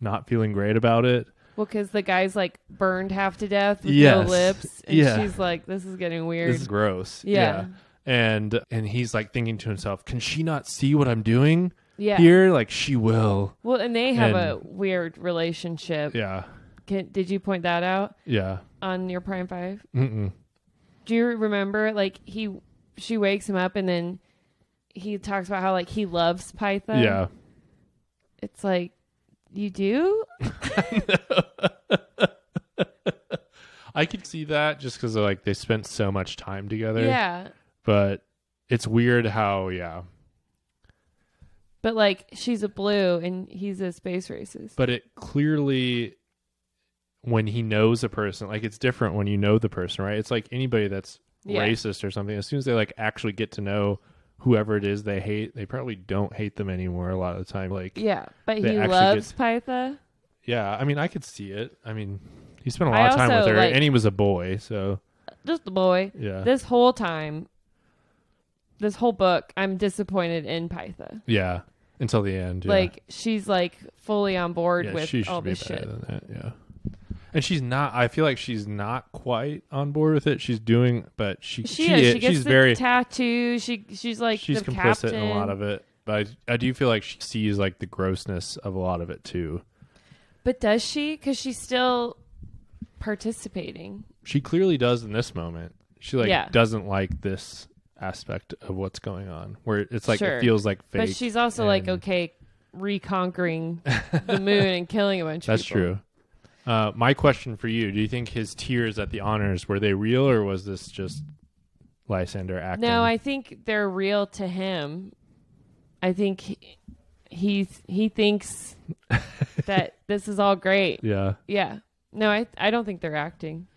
not feeling great about it.
Well, because the guy's like burned half to death with
Yes.
no lips, and
Yeah.
she's like, "This is getting weird."
This is gross.
Yeah.
And and he's like thinking to himself, can she not see what I'm doing
yeah.
here? Like she will.
Well, and they have a
And-
weird relationship.
Yeah.
Can, did you point that out
Yeah.
on your Prime Five?
Mm-mm.
Do you remember? Like he, she wakes him up, and then he talks about how like he loves Python.
yeah.
It's like you do.
I could see that just because like they spent so much time together.
Yeah.
But it's weird how yeah.
But like she's a blue and he's a space racist.
But it clearly when he knows a person, like it's different when you know the person, right? It's like anybody that's
Yeah.
racist or something. As soon as they like actually get to know whoever it is they hate, they probably don't hate them anymore a lot of the time. Like
yeah, but
They
he
actually
loves Pytha.
Yeah, I mean, I could see it. I mean, he spent a
I
lot of time
also,
with her,
like-
and he was a boy, so
Just the boy.
yeah,
This whole time, this whole book, I'm disappointed in Pytha.
yeah, until the end. yeah.
Like she's like fully on board
yeah,
with
she should
all
be
this
better
shit.
than that. Yeah, and she's not. I feel like she's not quite on board with it. She's doing, but she
She,
she,
is.
is-
She gets
she's
the
very
tattoo. She she's like
she's
the
complicit
captain.
in a lot of it. But I, I do feel like she sees like the grossness of a lot of it too.
But does she? Because she's still participating.
She clearly does in this moment. She like
Yeah.
doesn't like this aspect of what's going on, where it's like
Sure.
it feels like fake.
But she's also like
and-
okay, reconquering the moon and killing a bunch of
That's
people.
true. Uh, my question for you: Do you think his tears at the honors were they real, or was this just Lysander acting?
No, I think they're real to him. I think he he's, he thinks that this is all great.
yeah,
Yeah. No, I I don't think they're acting.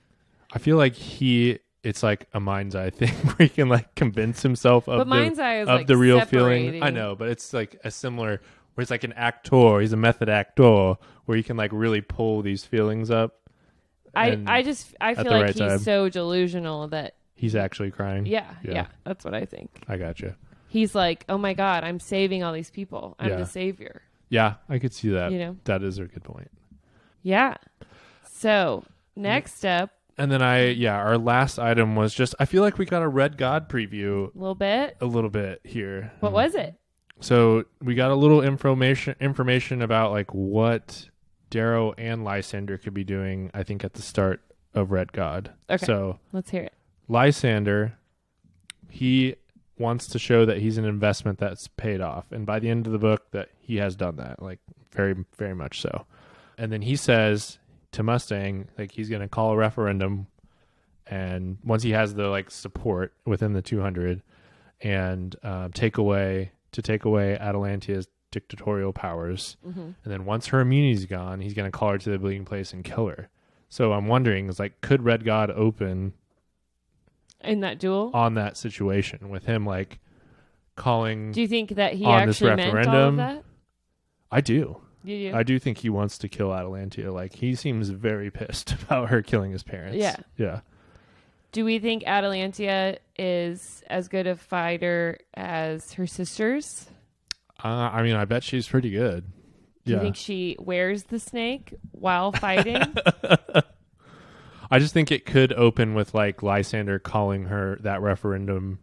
I feel like he. It's like a mind's eye thing where he can like convince himself of
But
the,
mind's eye is
of
like
the real feeling.
separating.
I know, but it's like a similar where he's like an actor. He's a method actor where he can like really pull these feelings up.
I
And
I just I
at
feel
the
like
right
he's
time.
so delusional that
He's actually crying.
yeah,
Yeah.
yeah, that's what I think.
I gotcha.
He's like, "Oh my god, I'm saving all these people. I'm
Yeah.
the savior."
Yeah, I could see that.
You know.
that is a good point.
Yeah. So, next up,
And then I, yeah, our last item was just I feel like we got a Red God preview
a little bit.
a little bit here.
What was it?
So we got a little information information about like what Darrow and Lysander could be doing. I think at the start of Red God.
Okay.
So
Let's hear it.
Lysander, he wants to show that he's an investment that's paid off, and by the end of the book, that he has done that, like very very much so. And then he says to Mustang, like he's going to call a referendum, and once he has the like support within the two hundred, and um, take away to take away Atalantea's dictatorial powers, and then once her immunity's gone, he's going to call her to the bleeding place and kill her. So I'm wondering, is like, could Red God open
In that duel?
on that situation with him like calling
Do you think that he
on this
actually meant all
referendum?
of that?
I do.
You do?
I do think he wants to kill Atalantia. Like he seems very pissed about her killing his parents.
Yeah.
Yeah.
Do we think Atalantia is as good a fighter as her sisters?
Uh, I mean, I bet she's pretty good.
Do
yeah.
you think she wears the snake while fighting?
I just think it could open with like Lysander calling her that referendum,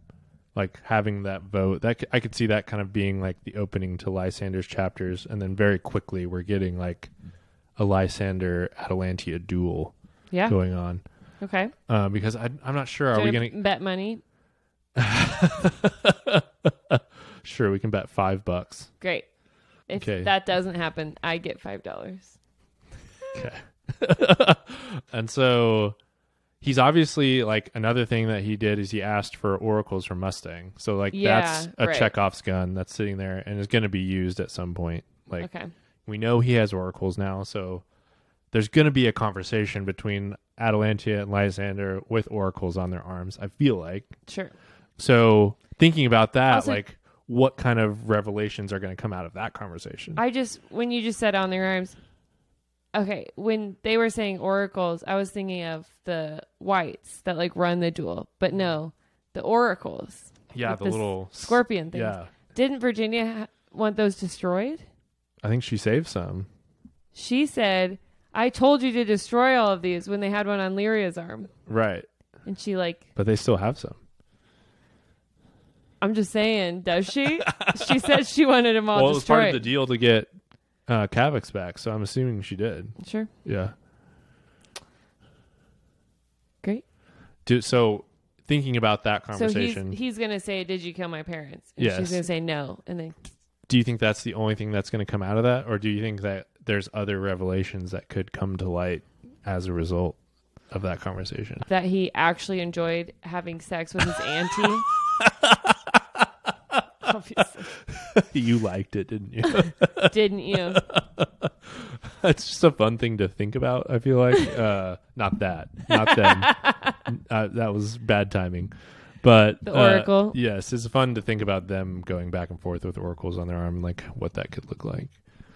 like having that vote. That c- I could see that kind of being like the opening to Lysander's chapters, and then very quickly we're getting like a Lysander Atalantia duel
Yeah.
going on
Okay.
uh, because I, I'm not sure. Are we
Gonna
going
bet money?
to? Sure, we can bet five bucks.
Great. If
Okay.
that doesn't happen, I get five dollars.
Okay. and so he's obviously like another thing that he did is he asked for oracles from Mustang. So like
Yeah,
that's a
right.
Chekhov's gun that's sitting there and is going to be used at some point. Like
Okay.
we know he has oracles now, so there's going to be a conversation between Atalantia and Lysander with oracles on their arms. I feel like
Sure.
so. Thinking about that,
Also-
like what kind of revelations are going to come out of that conversation?
I just when you just said on their arms. Okay, when they were saying oracles, I was thinking of the whites that like run the duel, but no, the oracles,
yeah,
with
the
this
little s-
scorpion things.
Yeah,
Didn't Virginia ha- want those destroyed?
I think she saved some.
She said, "I told you to destroy all of these when they had one on Lyria's arm,"
Right.
and she like,
But they still have some.
"I'm just saying, does she?" she said she wanted them all
well, it was part
destroyed.
of the deal to get uh, Kavix back, so I'm assuming she did.
sure,
Yeah.
great.
Do, so thinking about that
So he's
conversation,
he's gonna say, "Did you kill my parents?" And
Yes.
she's gonna say no, and then
do you think that's the only thing that's going to come out of that, or do you think that there's other revelations that could come to light as a result of that conversation?
that he actually enjoyed having sex with his auntie. Obviously.
you liked it, didn't you?
Didn't you?
it's just a fun thing to think about. I feel like uh, not that, not them. uh, that was bad timing. But
The
uh,
Oracle.
yes, it's fun to think about them going back and forth with oracles on their arm, like what that could look like.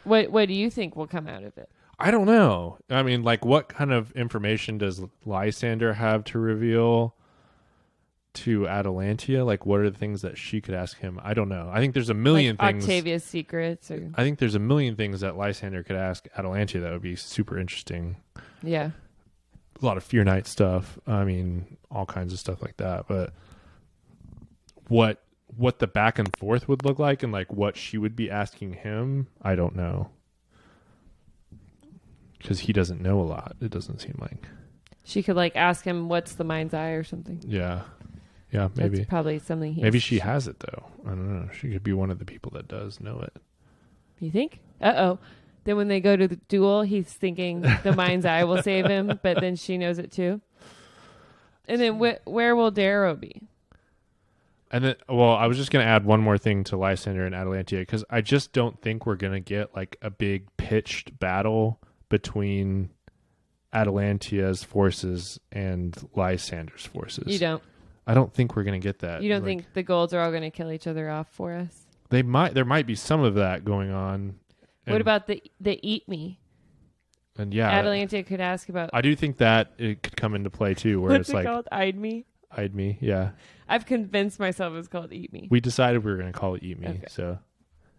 What What do you think will come out of it?
I don't know. I mean, like, what kind of information does Lysander have to reveal to Atalantia? Like, what are the things that she could ask him? I don't know. I think there's a million
like
things.
Octavia's secrets, or
I think there's a million things that Lysander could ask Atalantia that would be super interesting.
yeah,
a lot of Fear Night stuff. I mean, all kinds of stuff like that. But what what the back and forth would look like, and like what she would be asking him, I don't know, because he doesn't know a lot. It doesn't seem like.
she could like ask him what's the mind's eye or something.
Yeah, yeah, maybe.
That's probably something. He
Maybe she has it though. I don't know. She could be one of the people that does know it.
You think? Uh oh. Then when they go to the duel, he's thinking the mind's eye will save him, but then she knows it too. And then wh- where will Darrow be?
And then, well, I was just going to add one more thing to Lysander and Atalantia because I just don't think we're going to get like a big pitched battle between Atalantia's forces and Lysander's forces.
You don't.
I don't think we're going to get that.
You don't
Like,
think the golds are all going to kill each other off for us?
they might? There might be some of that going on.
what
And-
about the the eat me?
And yeah,
Atalanta could ask about
I do think that it could come into play too, where
what's
it's
it
like,
called? Eyed me.
"I'd me." Yeah,
I've convinced myself it's called eat me.
we decided we were going to call it "Eat Me,"
Okay.
so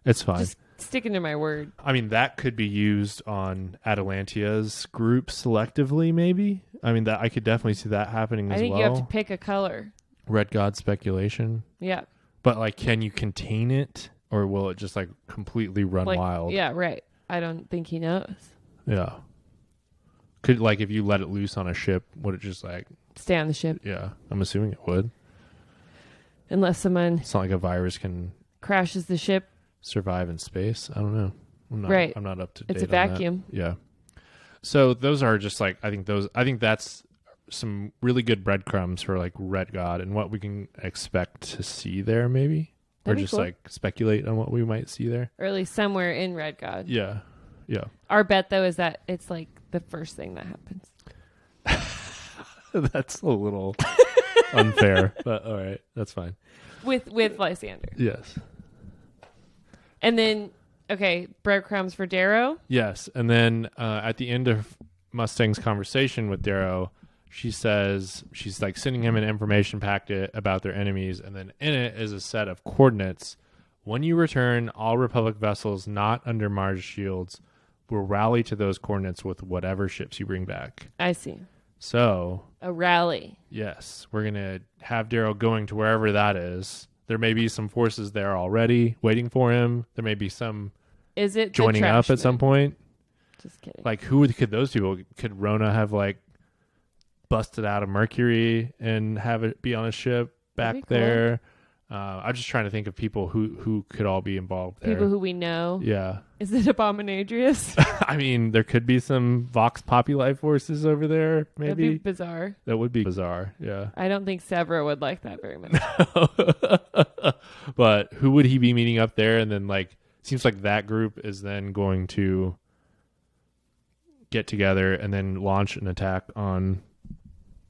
it's fine.
Just sticking to my word.
I mean, that could be used on Atalantia's group selectively, maybe. I mean, that I could definitely see that happening
I
as
think
well.
you have to pick a color.
Red God speculation,
Yeah.
but like, can you contain it, or will it just like completely run
Like
wild?
yeah, right. I don't think he knows.
yeah. Could like if you let it loose on a ship, would it just like?
Stay on the ship
Yeah, I'm assuming it would.
unless someone
It's not like a virus can
crashes the ship.
survive in space. I don't know. I'm not,
Right.
I'm not up to date.
It's a
on that.
vacuum.
Yeah. So those are just like I think those I think that's some really good breadcrumbs for like Red God and what we can expect to see there maybe
That'd
or
be
just
cool.
like speculate on what we might see there.
Or at least somewhere in Red God.
Yeah. Yeah.
Our bet though is that it's like the first thing that happens.
that's a little unfair, but all right, that's fine.
With with Lysander.
Yes.
And then okay, breadcrumbs for Darrow.
Yes, and then uh, at the end of Mustang's conversation with Darrow, she says she's like sending him an information packet about their enemies, and then in it is a set of coordinates. When you return, all Republic vessels not under Mars shields will rally to those coordinates with whatever ships you bring back.
I see.
So,
A rally.
yes, we're gonna have Darrow going to wherever that is. There may be some forces there already waiting for him. There may be some
Is it the
joining up at
Trashmen?
some point.
Just kidding.
like who would- could those people could Rona have like busted out of Mercury and have it be on a ship back
That'd be cool.
there? Uh, I'm just trying to think of people who who could all be involved there.
People who we know.
yeah,
Is it Abominadrius?
I mean there could be some Vox Populi forces over there.
That'd
Maybe
be bizarre.
that would be bizarre. Yeah,
I don't think Severa would like that very much.
but who would he be meeting up there? And then like seems like that group is then going to get together and then launch an attack on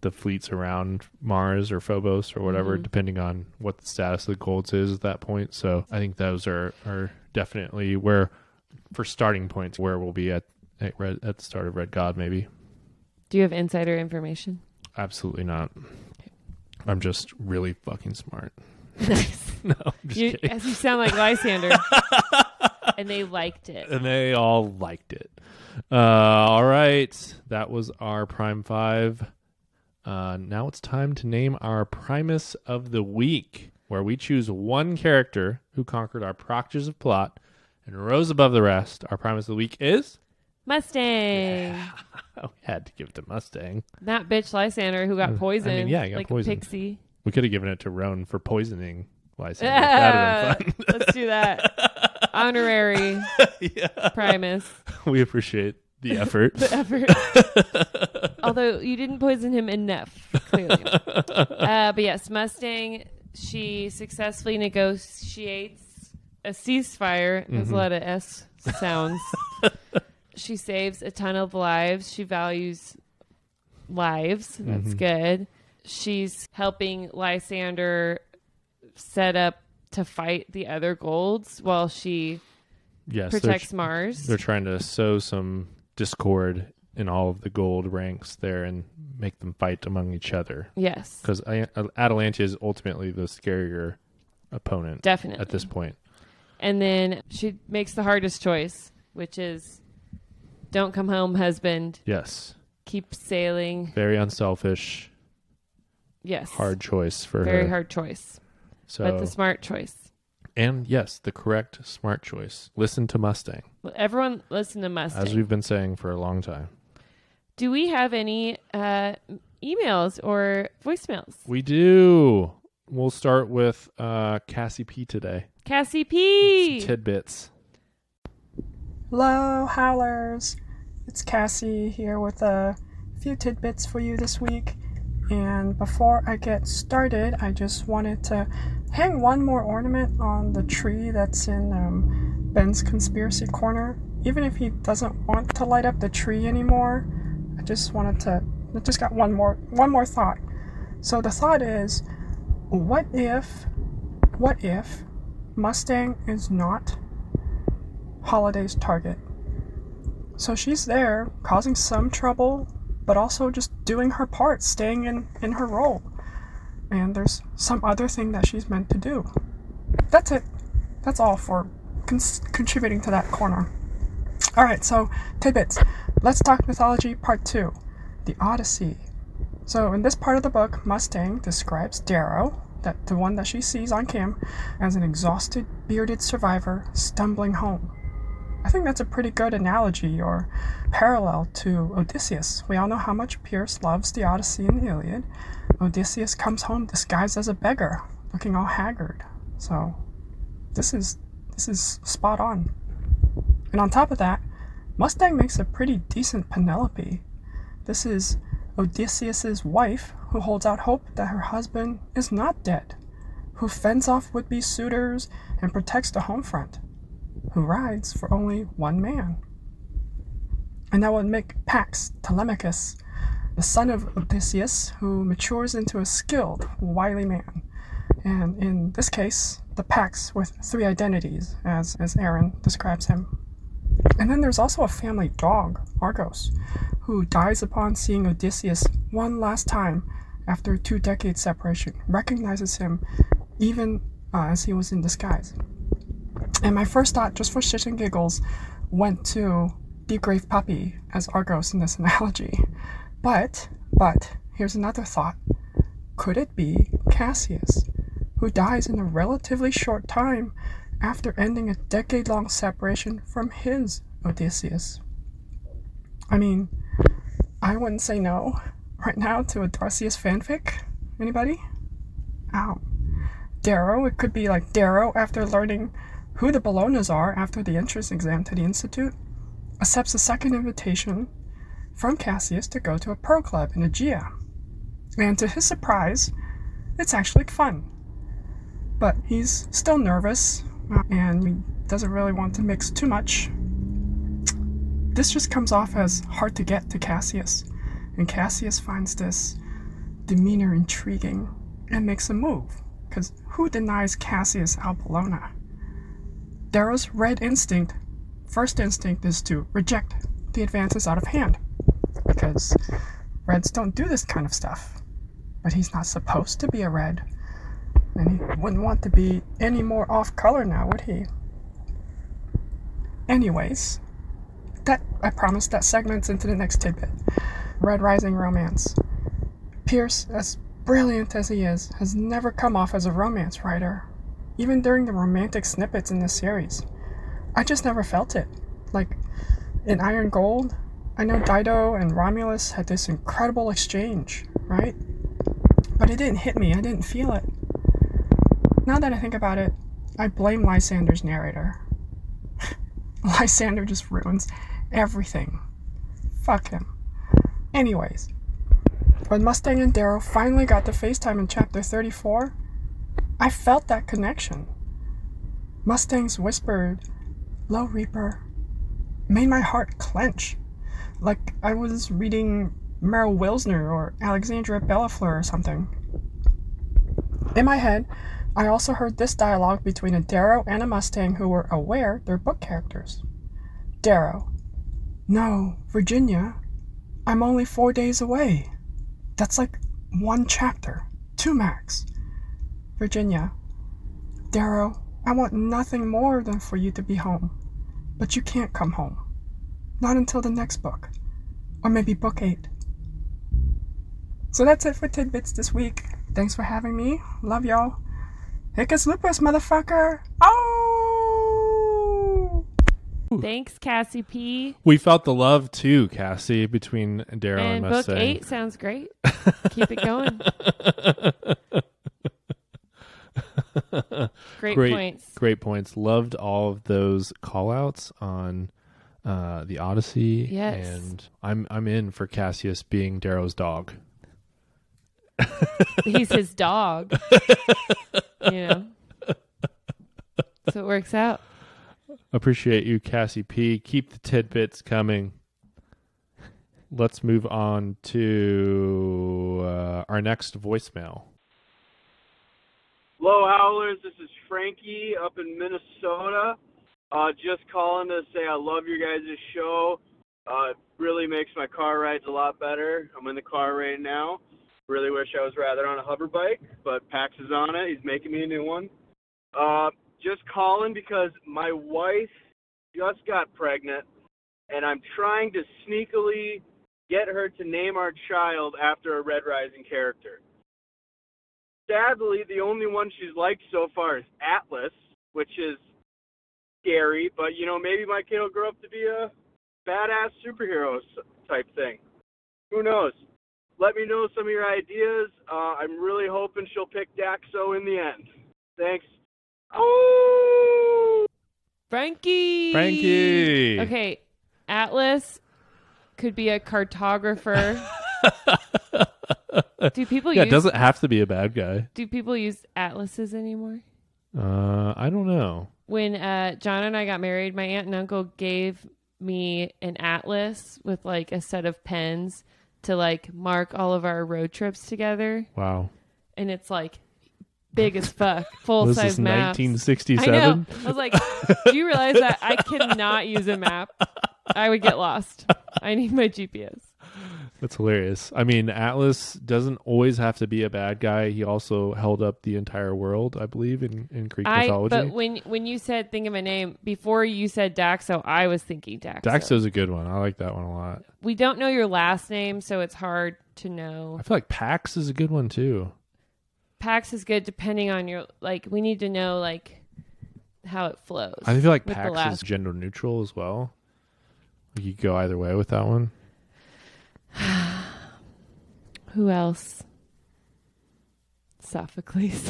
the fleets around Mars or Phobos or whatever,
Mm-hmm.
depending on what the status of the Golds is at that point. So I think those are are definitely where for starting points where we'll be at at, Red, at the start of Red God maybe.
Do you have insider information?
Absolutely not. I'm just really fucking smart.
Nice.
No, I'm just
You,
kidding.
as you sound like Lysander. and they liked it.
and they all liked it. Uh, all right, that was our prime five. Uh, now it's time to name our primus of the week, where we choose one character who conquered our proctors of plot and rose above the rest. Our primus of the week is.
Mustang.
Oh, we had to give it to Mustang.
Not bitch Lysander who got poisoned.
yeah, he got
like
poisoned.
a pixie.
We could have given it to Roan for poisoning license. That'd have been
Ah, Let's do that. Honorary Primus
fun. we appreciate the effort.
effort. Although you didn't poison him enough, clearly. uh, but yes, Mustang, she successfully negotiates a ceasefire.
Mm-hmm.
There's a lot of S sounds. she saves a ton of lives. She values lives. That's
Mm-hmm.
good. She's helping Lysander set up to fight the other golds while she
yes, they're-
protects Mars.
They're trying to sow some discord in all of the gold ranks there and make them fight among each other.
yes,
Because Atalantia is ultimately the scarier opponent
definitely.
at this point.
And then she makes the hardest choice, which is don't come home, husband.
Yes.
Keep sailing.
Very unselfish,
Yes.
hard choice for
Very
her.
hard choice,
So,
but the smart choice.
and yes, the correct smart choice. Listen to Mustang,
Well, Everyone listen to
as
Mustang.
we've been saying for a long time.
Do we have any uh, emails or voicemails?
We do. We'll start with uh, Cassie P today.
Cassie P.
Some tidbits.
Hello, howlers! It's Cassie here with a few tidbits for you this week. And before I get started, I just wanted to hang one more ornament on the tree that's in um, Ben's conspiracy corner. Even if he doesn't want to light up the tree anymore, I just wanted to. I just got one more one more thought. So the thought is, what if, what if, Mustang is not Holiday's target. So she's there, causing some trouble, but also just doing her part, staying in, in her role. And there's some other thing that she's meant to do. That's it. That's all for cons- contributing to that corner. Alright, so tidbits. Let's talk mythology part two The Odyssey. So, in this part of the book, Mustang describes Darrow, that, the one that she sees on cam, as an exhausted, bearded survivor stumbling home. I think that's a pretty good analogy or parallel to Odysseus. We all know how much Pierce loves the Odyssey and the Iliad. Odysseus comes home disguised as a beggar, looking all haggard. So this is this is spot on. And on top of that, Mustang makes a pretty decent Penelope. This is Odysseus's wife who holds out hope that her husband is not dead, who fends off would-be suitors and protects the home front who rides for only one man. And that would make Pax Telemachus, the son of Odysseus, who matures into a skilled, wily man. And in this case, the Pax with three identities, as, as Aaron describes him. And then there's also a family dog, Argos, who dies upon seeing Odysseus one last time after a two decade separation, recognizes him even uh, as he was in disguise. And my first thought, just for shits and giggles, went to Deep Grave Puppy as Argos in this analogy. But, but, here's another thought. Could it be Cassius, who dies in a relatively short time after ending a decade long separation from his Odysseus? I mean, I wouldn't say no right now to a Darcy's fanfic. Anybody? Ow. Darrow. It could be like Darrow after learning who the Bolognas are after the entrance exam to the Institute, accepts a second invitation from Cassius to go to a pro club in Aegea. And to his surprise, it's actually fun. But he's still nervous uh, and he doesn't really want to mix too much. This just comes off as hard to get to Cassius, and Cassius finds this demeanor intriguing and makes a move, because who denies Cassius Alpolona? Darrow's red instinct, first instinct is to reject the advances out of hand, because reds don't do this kind of stuff. But he's not supposed to be a red, and he wouldn't want to be any more off color now, would he? Anyways, that I promise that segments into the next tidbit. Red Rising Romance. Pierce, as brilliant as he is, has never come off as a romance writer, even during the romantic snippets in this series. I just never felt it. Like in Iron Gold, I know Dido and Romulus had this incredible exchange, right? But it didn't hit me, I didn't feel it. Now that I think about it, I blame Lysander's narrator. Lysander just ruins everything. Fuck him. Anyways, when Mustang and Darrow finally got to FaceTime in chapter 34, I felt that connection. Mustang's whispered, Low Reaper, made my heart clench. Like I was reading Merrill Wilsner or Alexandra Bellafleur or something. In my head, I also heard this dialogue between a Darrow and a Mustang who were aware they're book characters. Darrow, No, Virginia, I'm only four days away. That's like one chapter, two max. Virginia, Darrow, I want nothing more than for you to be home. But you can't come home. Not until the next book. Or maybe book eight. So that's it for tidbits this week. Thanks for having me. Love y'all. Hickus lupus, motherfucker. Oh!
Thanks, Cassie P.
We felt the love too, Cassie, between Darrow and,
And book
Mustang.
eight sounds great. Keep it going. Great,
great
points.
Great points. Loved all of those call outs on uh, the Odyssey.
Yes.
And I'm I'm in for Cassius being Darrow's dog.
He's his dog. you know. So it works out.
Appreciate you, Cassie P. Keep the tidbits coming. Let's move on to uh, our next voicemail.
Hello, Howlers. This is Frankie up in Minnesota. Uh, just calling to say I love your guys' show. Uh, it really makes my car rides a lot better. I'm in the car right now. Really wish I was rather on a hover bike, but Pax is on it. He's making me a new one. Uh, just calling because my wife just got pregnant, and I'm trying to sneakily get her to name our child after a Red Rising character sadly, the only one she's liked so far is Atlas, which is scary, but you know, maybe my kid will grow up to be a badass superhero s- type thing. Who knows? Let me know some of your ideas. Uh, I'm really hoping she'll pick Daxo in the end. Thanks. Oh!
Frankie.
Frankie.
Okay. Atlas could be a cartographer. do people
Yeah, it
use
doesn't have to be a bad guy.
do people use atlases anymore?
Uh, I don't know.
When uh, John and I got married, my aunt and uncle gave me an atlas with like a set of pens to like mark all of our road trips together,
Wow.
and it's like big as fuck, full
This
size
is
map.
1967.
I know. I was like, do you realize that I cannot use a map? I would get lost. I need my GPS.
That's hilarious. I mean, Atlas doesn't always have to be a bad guy. He also held up the entire world, I believe, in, in Greek
I
mythology.
but when when you said think of a name before you said Daxo, I was thinking Daxo.
Daxo's a good one. I like that one a lot.
We don't know your last name, so it's hard to know.
I feel like Pax is a good one too.
Pax is good depending on your like. We need to know like how it flows.
I feel like
with the
Pax
last-
is gender neutral as well. You could go either way with that one.
Who else? Sophocles.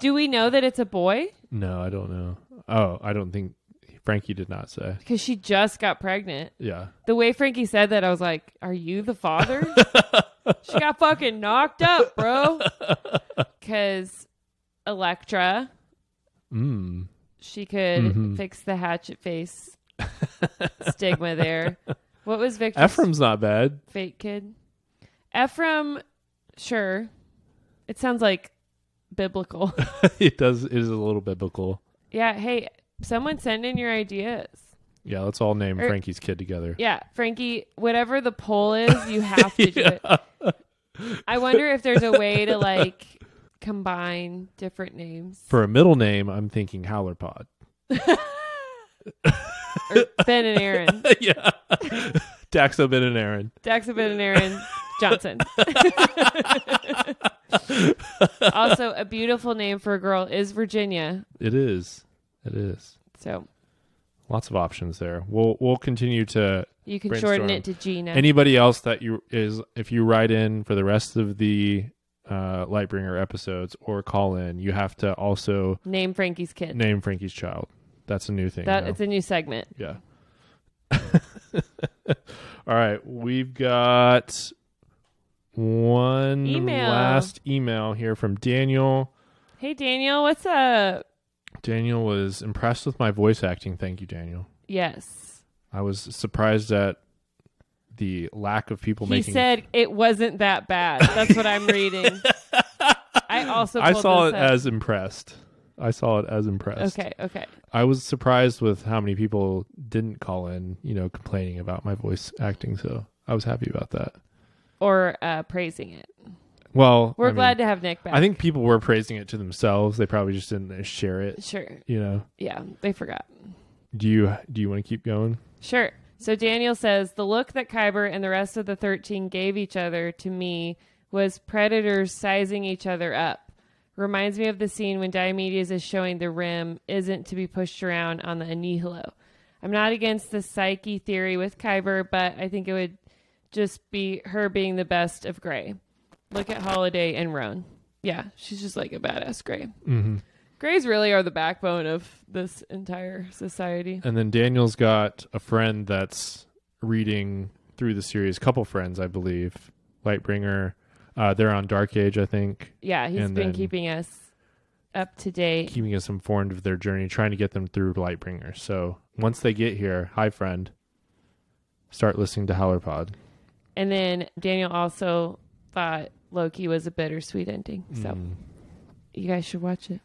Do we know that it's a boy?
No, I don't know. Oh, I don't think Frankie did not say.
Because she just got pregnant.
Yeah.
The way Frankie said that, I was like, "Are you the father?" she got fucking knocked up, bro. Because Electra,
Mm.
she could
Mhm.
fix the hatchet face stigma there. What was Victor's
Ephraim's not bad.
fake kid? Ephraim, sure. It sounds like biblical.
it does. It is a little biblical.
yeah. Hey, someone send in your ideas.
Yeah. Let's all name
Or-
Frankie's kid together.
Yeah, Frankie, whatever the poll is, you have to do it. I wonder if there's a way to like combine different names.
For a middle name, I'm thinking Howlerpod.
Or ben and Aaron.
yeah. Daxo Ben and Aaron.
Daxa Ben and Aaron Johnson. also, a beautiful name for a girl is Virginia.
It is. It is.
So
Lots of options there. We'll we'll continue to
you can
Brainstorm.
shorten it to Gina.
anybody else that you is if you write in for the rest of the uh, Lightbringer episodes or call in, you have to also
name Frankie's kid.
name Frankie's child. That's a new thing.
that
now.
it's a new segment.
Yeah. All right, we've got one
Email.
last email here from Daniel.
Hey Daniel, what's up?
Daniel was impressed with my voice acting. Thank you, Daniel.
Yes.
I was surprised at the lack of people
he
making.
said it wasn't that bad. That's what I'm reading. I also
I
pulled
saw
this
it
up.
as impressed. I saw it as impressed.
okay. Okay.
I was surprised with how many people didn't call in, you know, complaining about my voice acting. So I was happy about that.
Or uh, praising it.
Well,
We're
I mean,
glad to have Nick back.
I think people were praising it to themselves. They probably just didn't share it.
Sure.
You know,
Yeah, they forgot.
do you do you want to keep going?
Sure. So Daniel says the look that Kyber and the rest of the 13 gave each other to me was predators sizing each other up. Reminds me of the scene when Diomedes is showing the rim isn't to be pushed around on the Anihilo. I'm not against the psyche theory with Kyber, but I think it would just be her being the best of Gray. Look at Holiday and Roan. Yeah, she's just like a badass Gray.
Mm-hmm.
Grays really are the backbone of this entire society.
And then Daniel's got a friend that's reading through the series. Couple friends, I believe. Lightbringer. Uh, they're on Dark Age, I think,
Yeah, he's
And
been
then-
keeping us up to date.
keeping us informed of their journey, trying to get them through Lightbringer. So once they get here, hi friend, start listening to Howlerpod.
And then Daniel also thought Loki was a bittersweet ending. So
Mm.
you guys should watch it.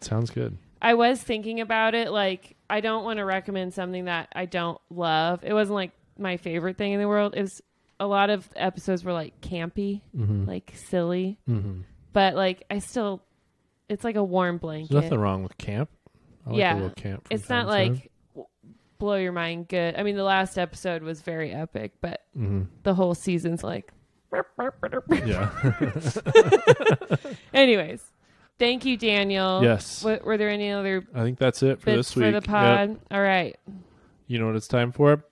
sounds good.
I was thinking about it. Like, I don't want to recommend something that I don't love. It wasn't like my favorite thing in the world. It was a lot of episodes were like campy,
Mm-hmm.
like silly,
mm-hmm.
but like I still, it's like a warm blanket.
There's nothing wrong with camp. I like a
Yeah.
little camp. from
it's
time
not
to time.
like w- blow your mind good. I mean, the last episode was very epic, but
Mhm.
the whole season's like.
yeah.
Anyways, thank you, Daniel.
yes.
W- were there any other
I think that's it for
bits
this week.
for the
Yep.
pod? All right.
You know what it's time for?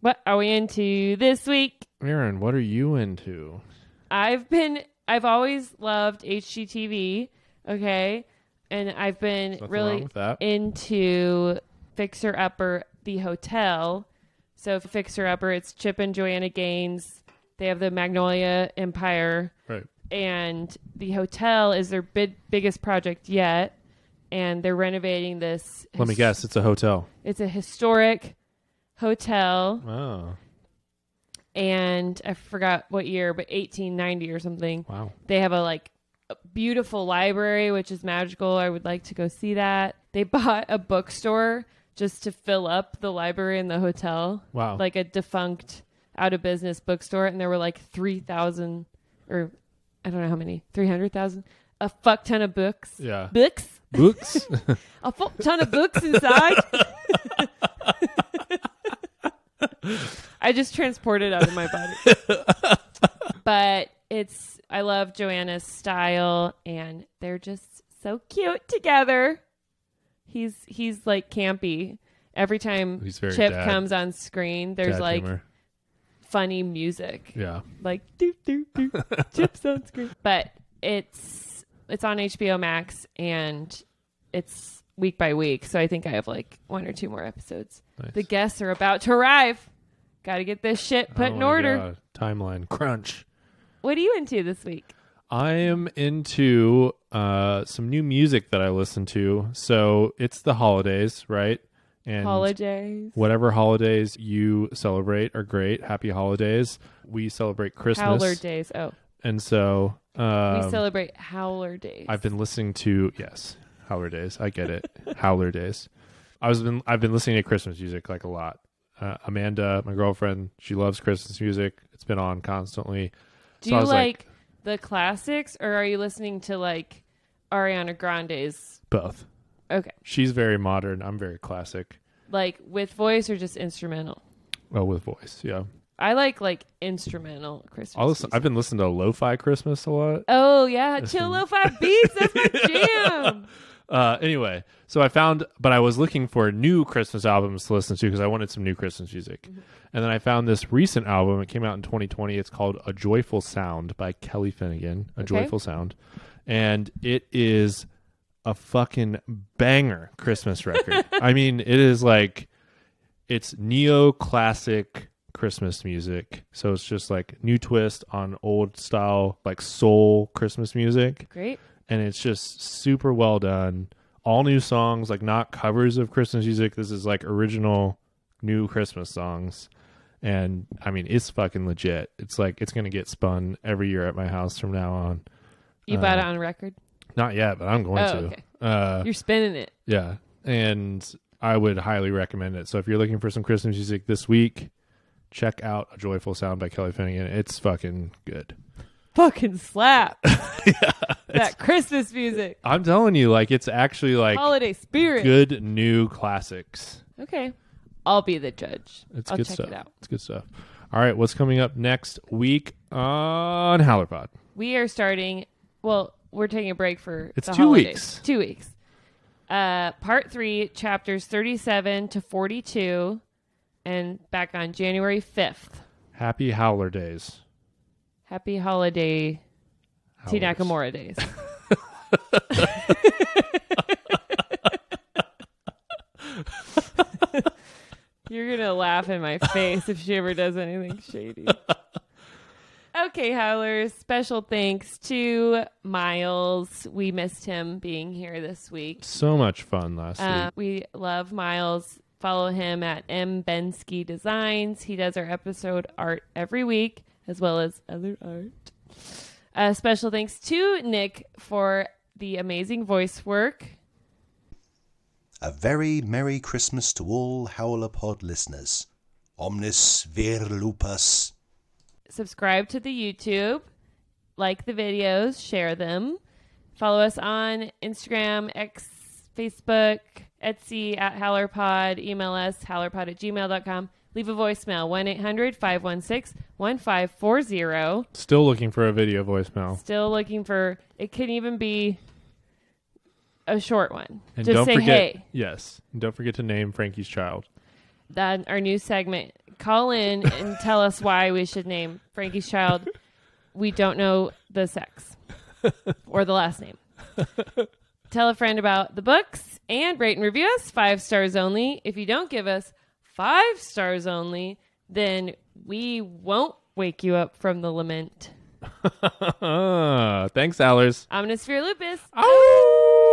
What are we into this week?
Aaron, what are you into?
I've been, I've always loved HGTV. Okay. And I've been
Nothing wrong
really
with that.
into Fixer Upper, the hotel. So, Fixer Upper, it's Chip and Joanna Gaines. They have the Magnolia Empire.
right.
and the hotel is their big, biggest project yet and they're renovating this
Let me
his-
guess. It's a hotel.
it's a historic hotel
Oh,
and i forgot what year but 1890 or something
wow.
they have a like a beautiful library which is magical i would like to go see that they bought a bookstore just to fill up the library in the hotel
Wow.
like a defunct out of business bookstore and there were like 3000 or i don't know how many 300000 a fuck ton of books
yeah.
books
Books?
a fuck ton of books inside i just transported out of my body but it's i love joanna's style and they're just so cute together he's he's like campy every time
He's very
Chip
dad-
comes on screen, there's
dad
like
humor.
funny music.
Yeah.
Like doop doop doop chips on screen. But it's it's on HBO Max and it's week by week, so I think I have like one or two more episodes.
Nice.
The guests are about to arrive. Gotta get this shit put
Oh
in
my
order.
God. Timeline crunch.
What are you into this week?
I am into uh, some new music that I listen to. So it's the holidays, right? And
Holidays.
whatever holidays you celebrate are great. Happy holidays. We celebrate Christmas.
Howler days. Oh.
And so
We
um,
celebrate howler days.
I've been listening to yes, Howler Days. I get it, Howler Days. I was been I've been listening to Christmas music like a lot. Uh, Amanda, my girlfriend, she loves Christmas music. It's been on constantly.
Do
so I
you
was like-
like, the classics or are you listening to like Ariana Grande's?
Both.
Okay.
She's very modern. I'm very classic.
Like with voice or just instrumental?
Well, Oh, with voice, yeah.
I like like instrumental Christmas.
I listen,
music.
I've been listening to lo-fi Christmas a lot.
oh yeah, chill lo-fi beats. That's my jam.
Uh, anyway, so I found, but I was looking for new Christmas albums to listen to because I wanted some new Christmas music. And then I found this recent album. It came out in 2020. It's called A Joyful Sound by Kelly Finnegan. A Joyful Sound. And it is a fucking banger Christmas record. I mean, it is like, it's neoclassic Christmas music. So it's just like new twist on old style, like soul Christmas music
Great.
and it's just super well done. All new songs, like not covers of Christmas music. This is like original new Christmas songs. And I mean, it's fucking legit. It's like it's gonna get spun every year at my house from now on.
You bought it on record.
Not yet, but I'm going
Oh,
to.
okay.
Uh,
You're spinning it.
yeah, and I would highly recommend it. So if you're looking for some Christmas music this week, check out "A Joyful Sound" by Kelly Finnegan. It's fucking good.
Fucking slap. that Christmas music.
I'm telling you, like it's actually like
Holiday spirit.
good new classics.
Okay. I'll be the judge.
It's
I'll
good
check
stuff.
it out.
It's good stuff. All right, what's coming up next week on Hallerpod?
we are starting well we're taking a break for
It's
the
two
holidays.
weeks.
two weeks uh part three chapters 37 to 42 and back on january 5th
Happy Howler Days.
happy holiday t
Howlers.
nakamura days You're gonna laugh in my face if she ever does anything shady. Okay, Howlers, special thanks to Miles. We missed him being here this week.
So much fun last
Uh,
week.
we love Miles. Follow him at M Bensky Designs. He does our episode art every week, as well as other art. Uh, special thanks to Nick for the amazing voice work.
A very Merry Christmas to all Howlerpod listeners. Omnis vir lupus.
Subscribe to the YouTube, like the videos, share them. Follow us on Instagram, X, Facebook, Etsy at HowlerPod. Email us, howlerpod at gmail.com. Leave a voicemail, 1 800 516 1540.
Still looking for a video voicemail.
Still looking for. It can even be a short one.
And
Just
don't
say
forget
hey.
Yes. And don't forget to name Frankie's child.
That our new segment. Call in and tell us why we should name Frankie's child. We don't know the sex or the last name. tell a friend about the books and rate and review us five stars only. If you don't give us five stars only, then we won't wake you up from the lament.
Ah, thanks, Allers.
Omnisphere Lupus.
Ow!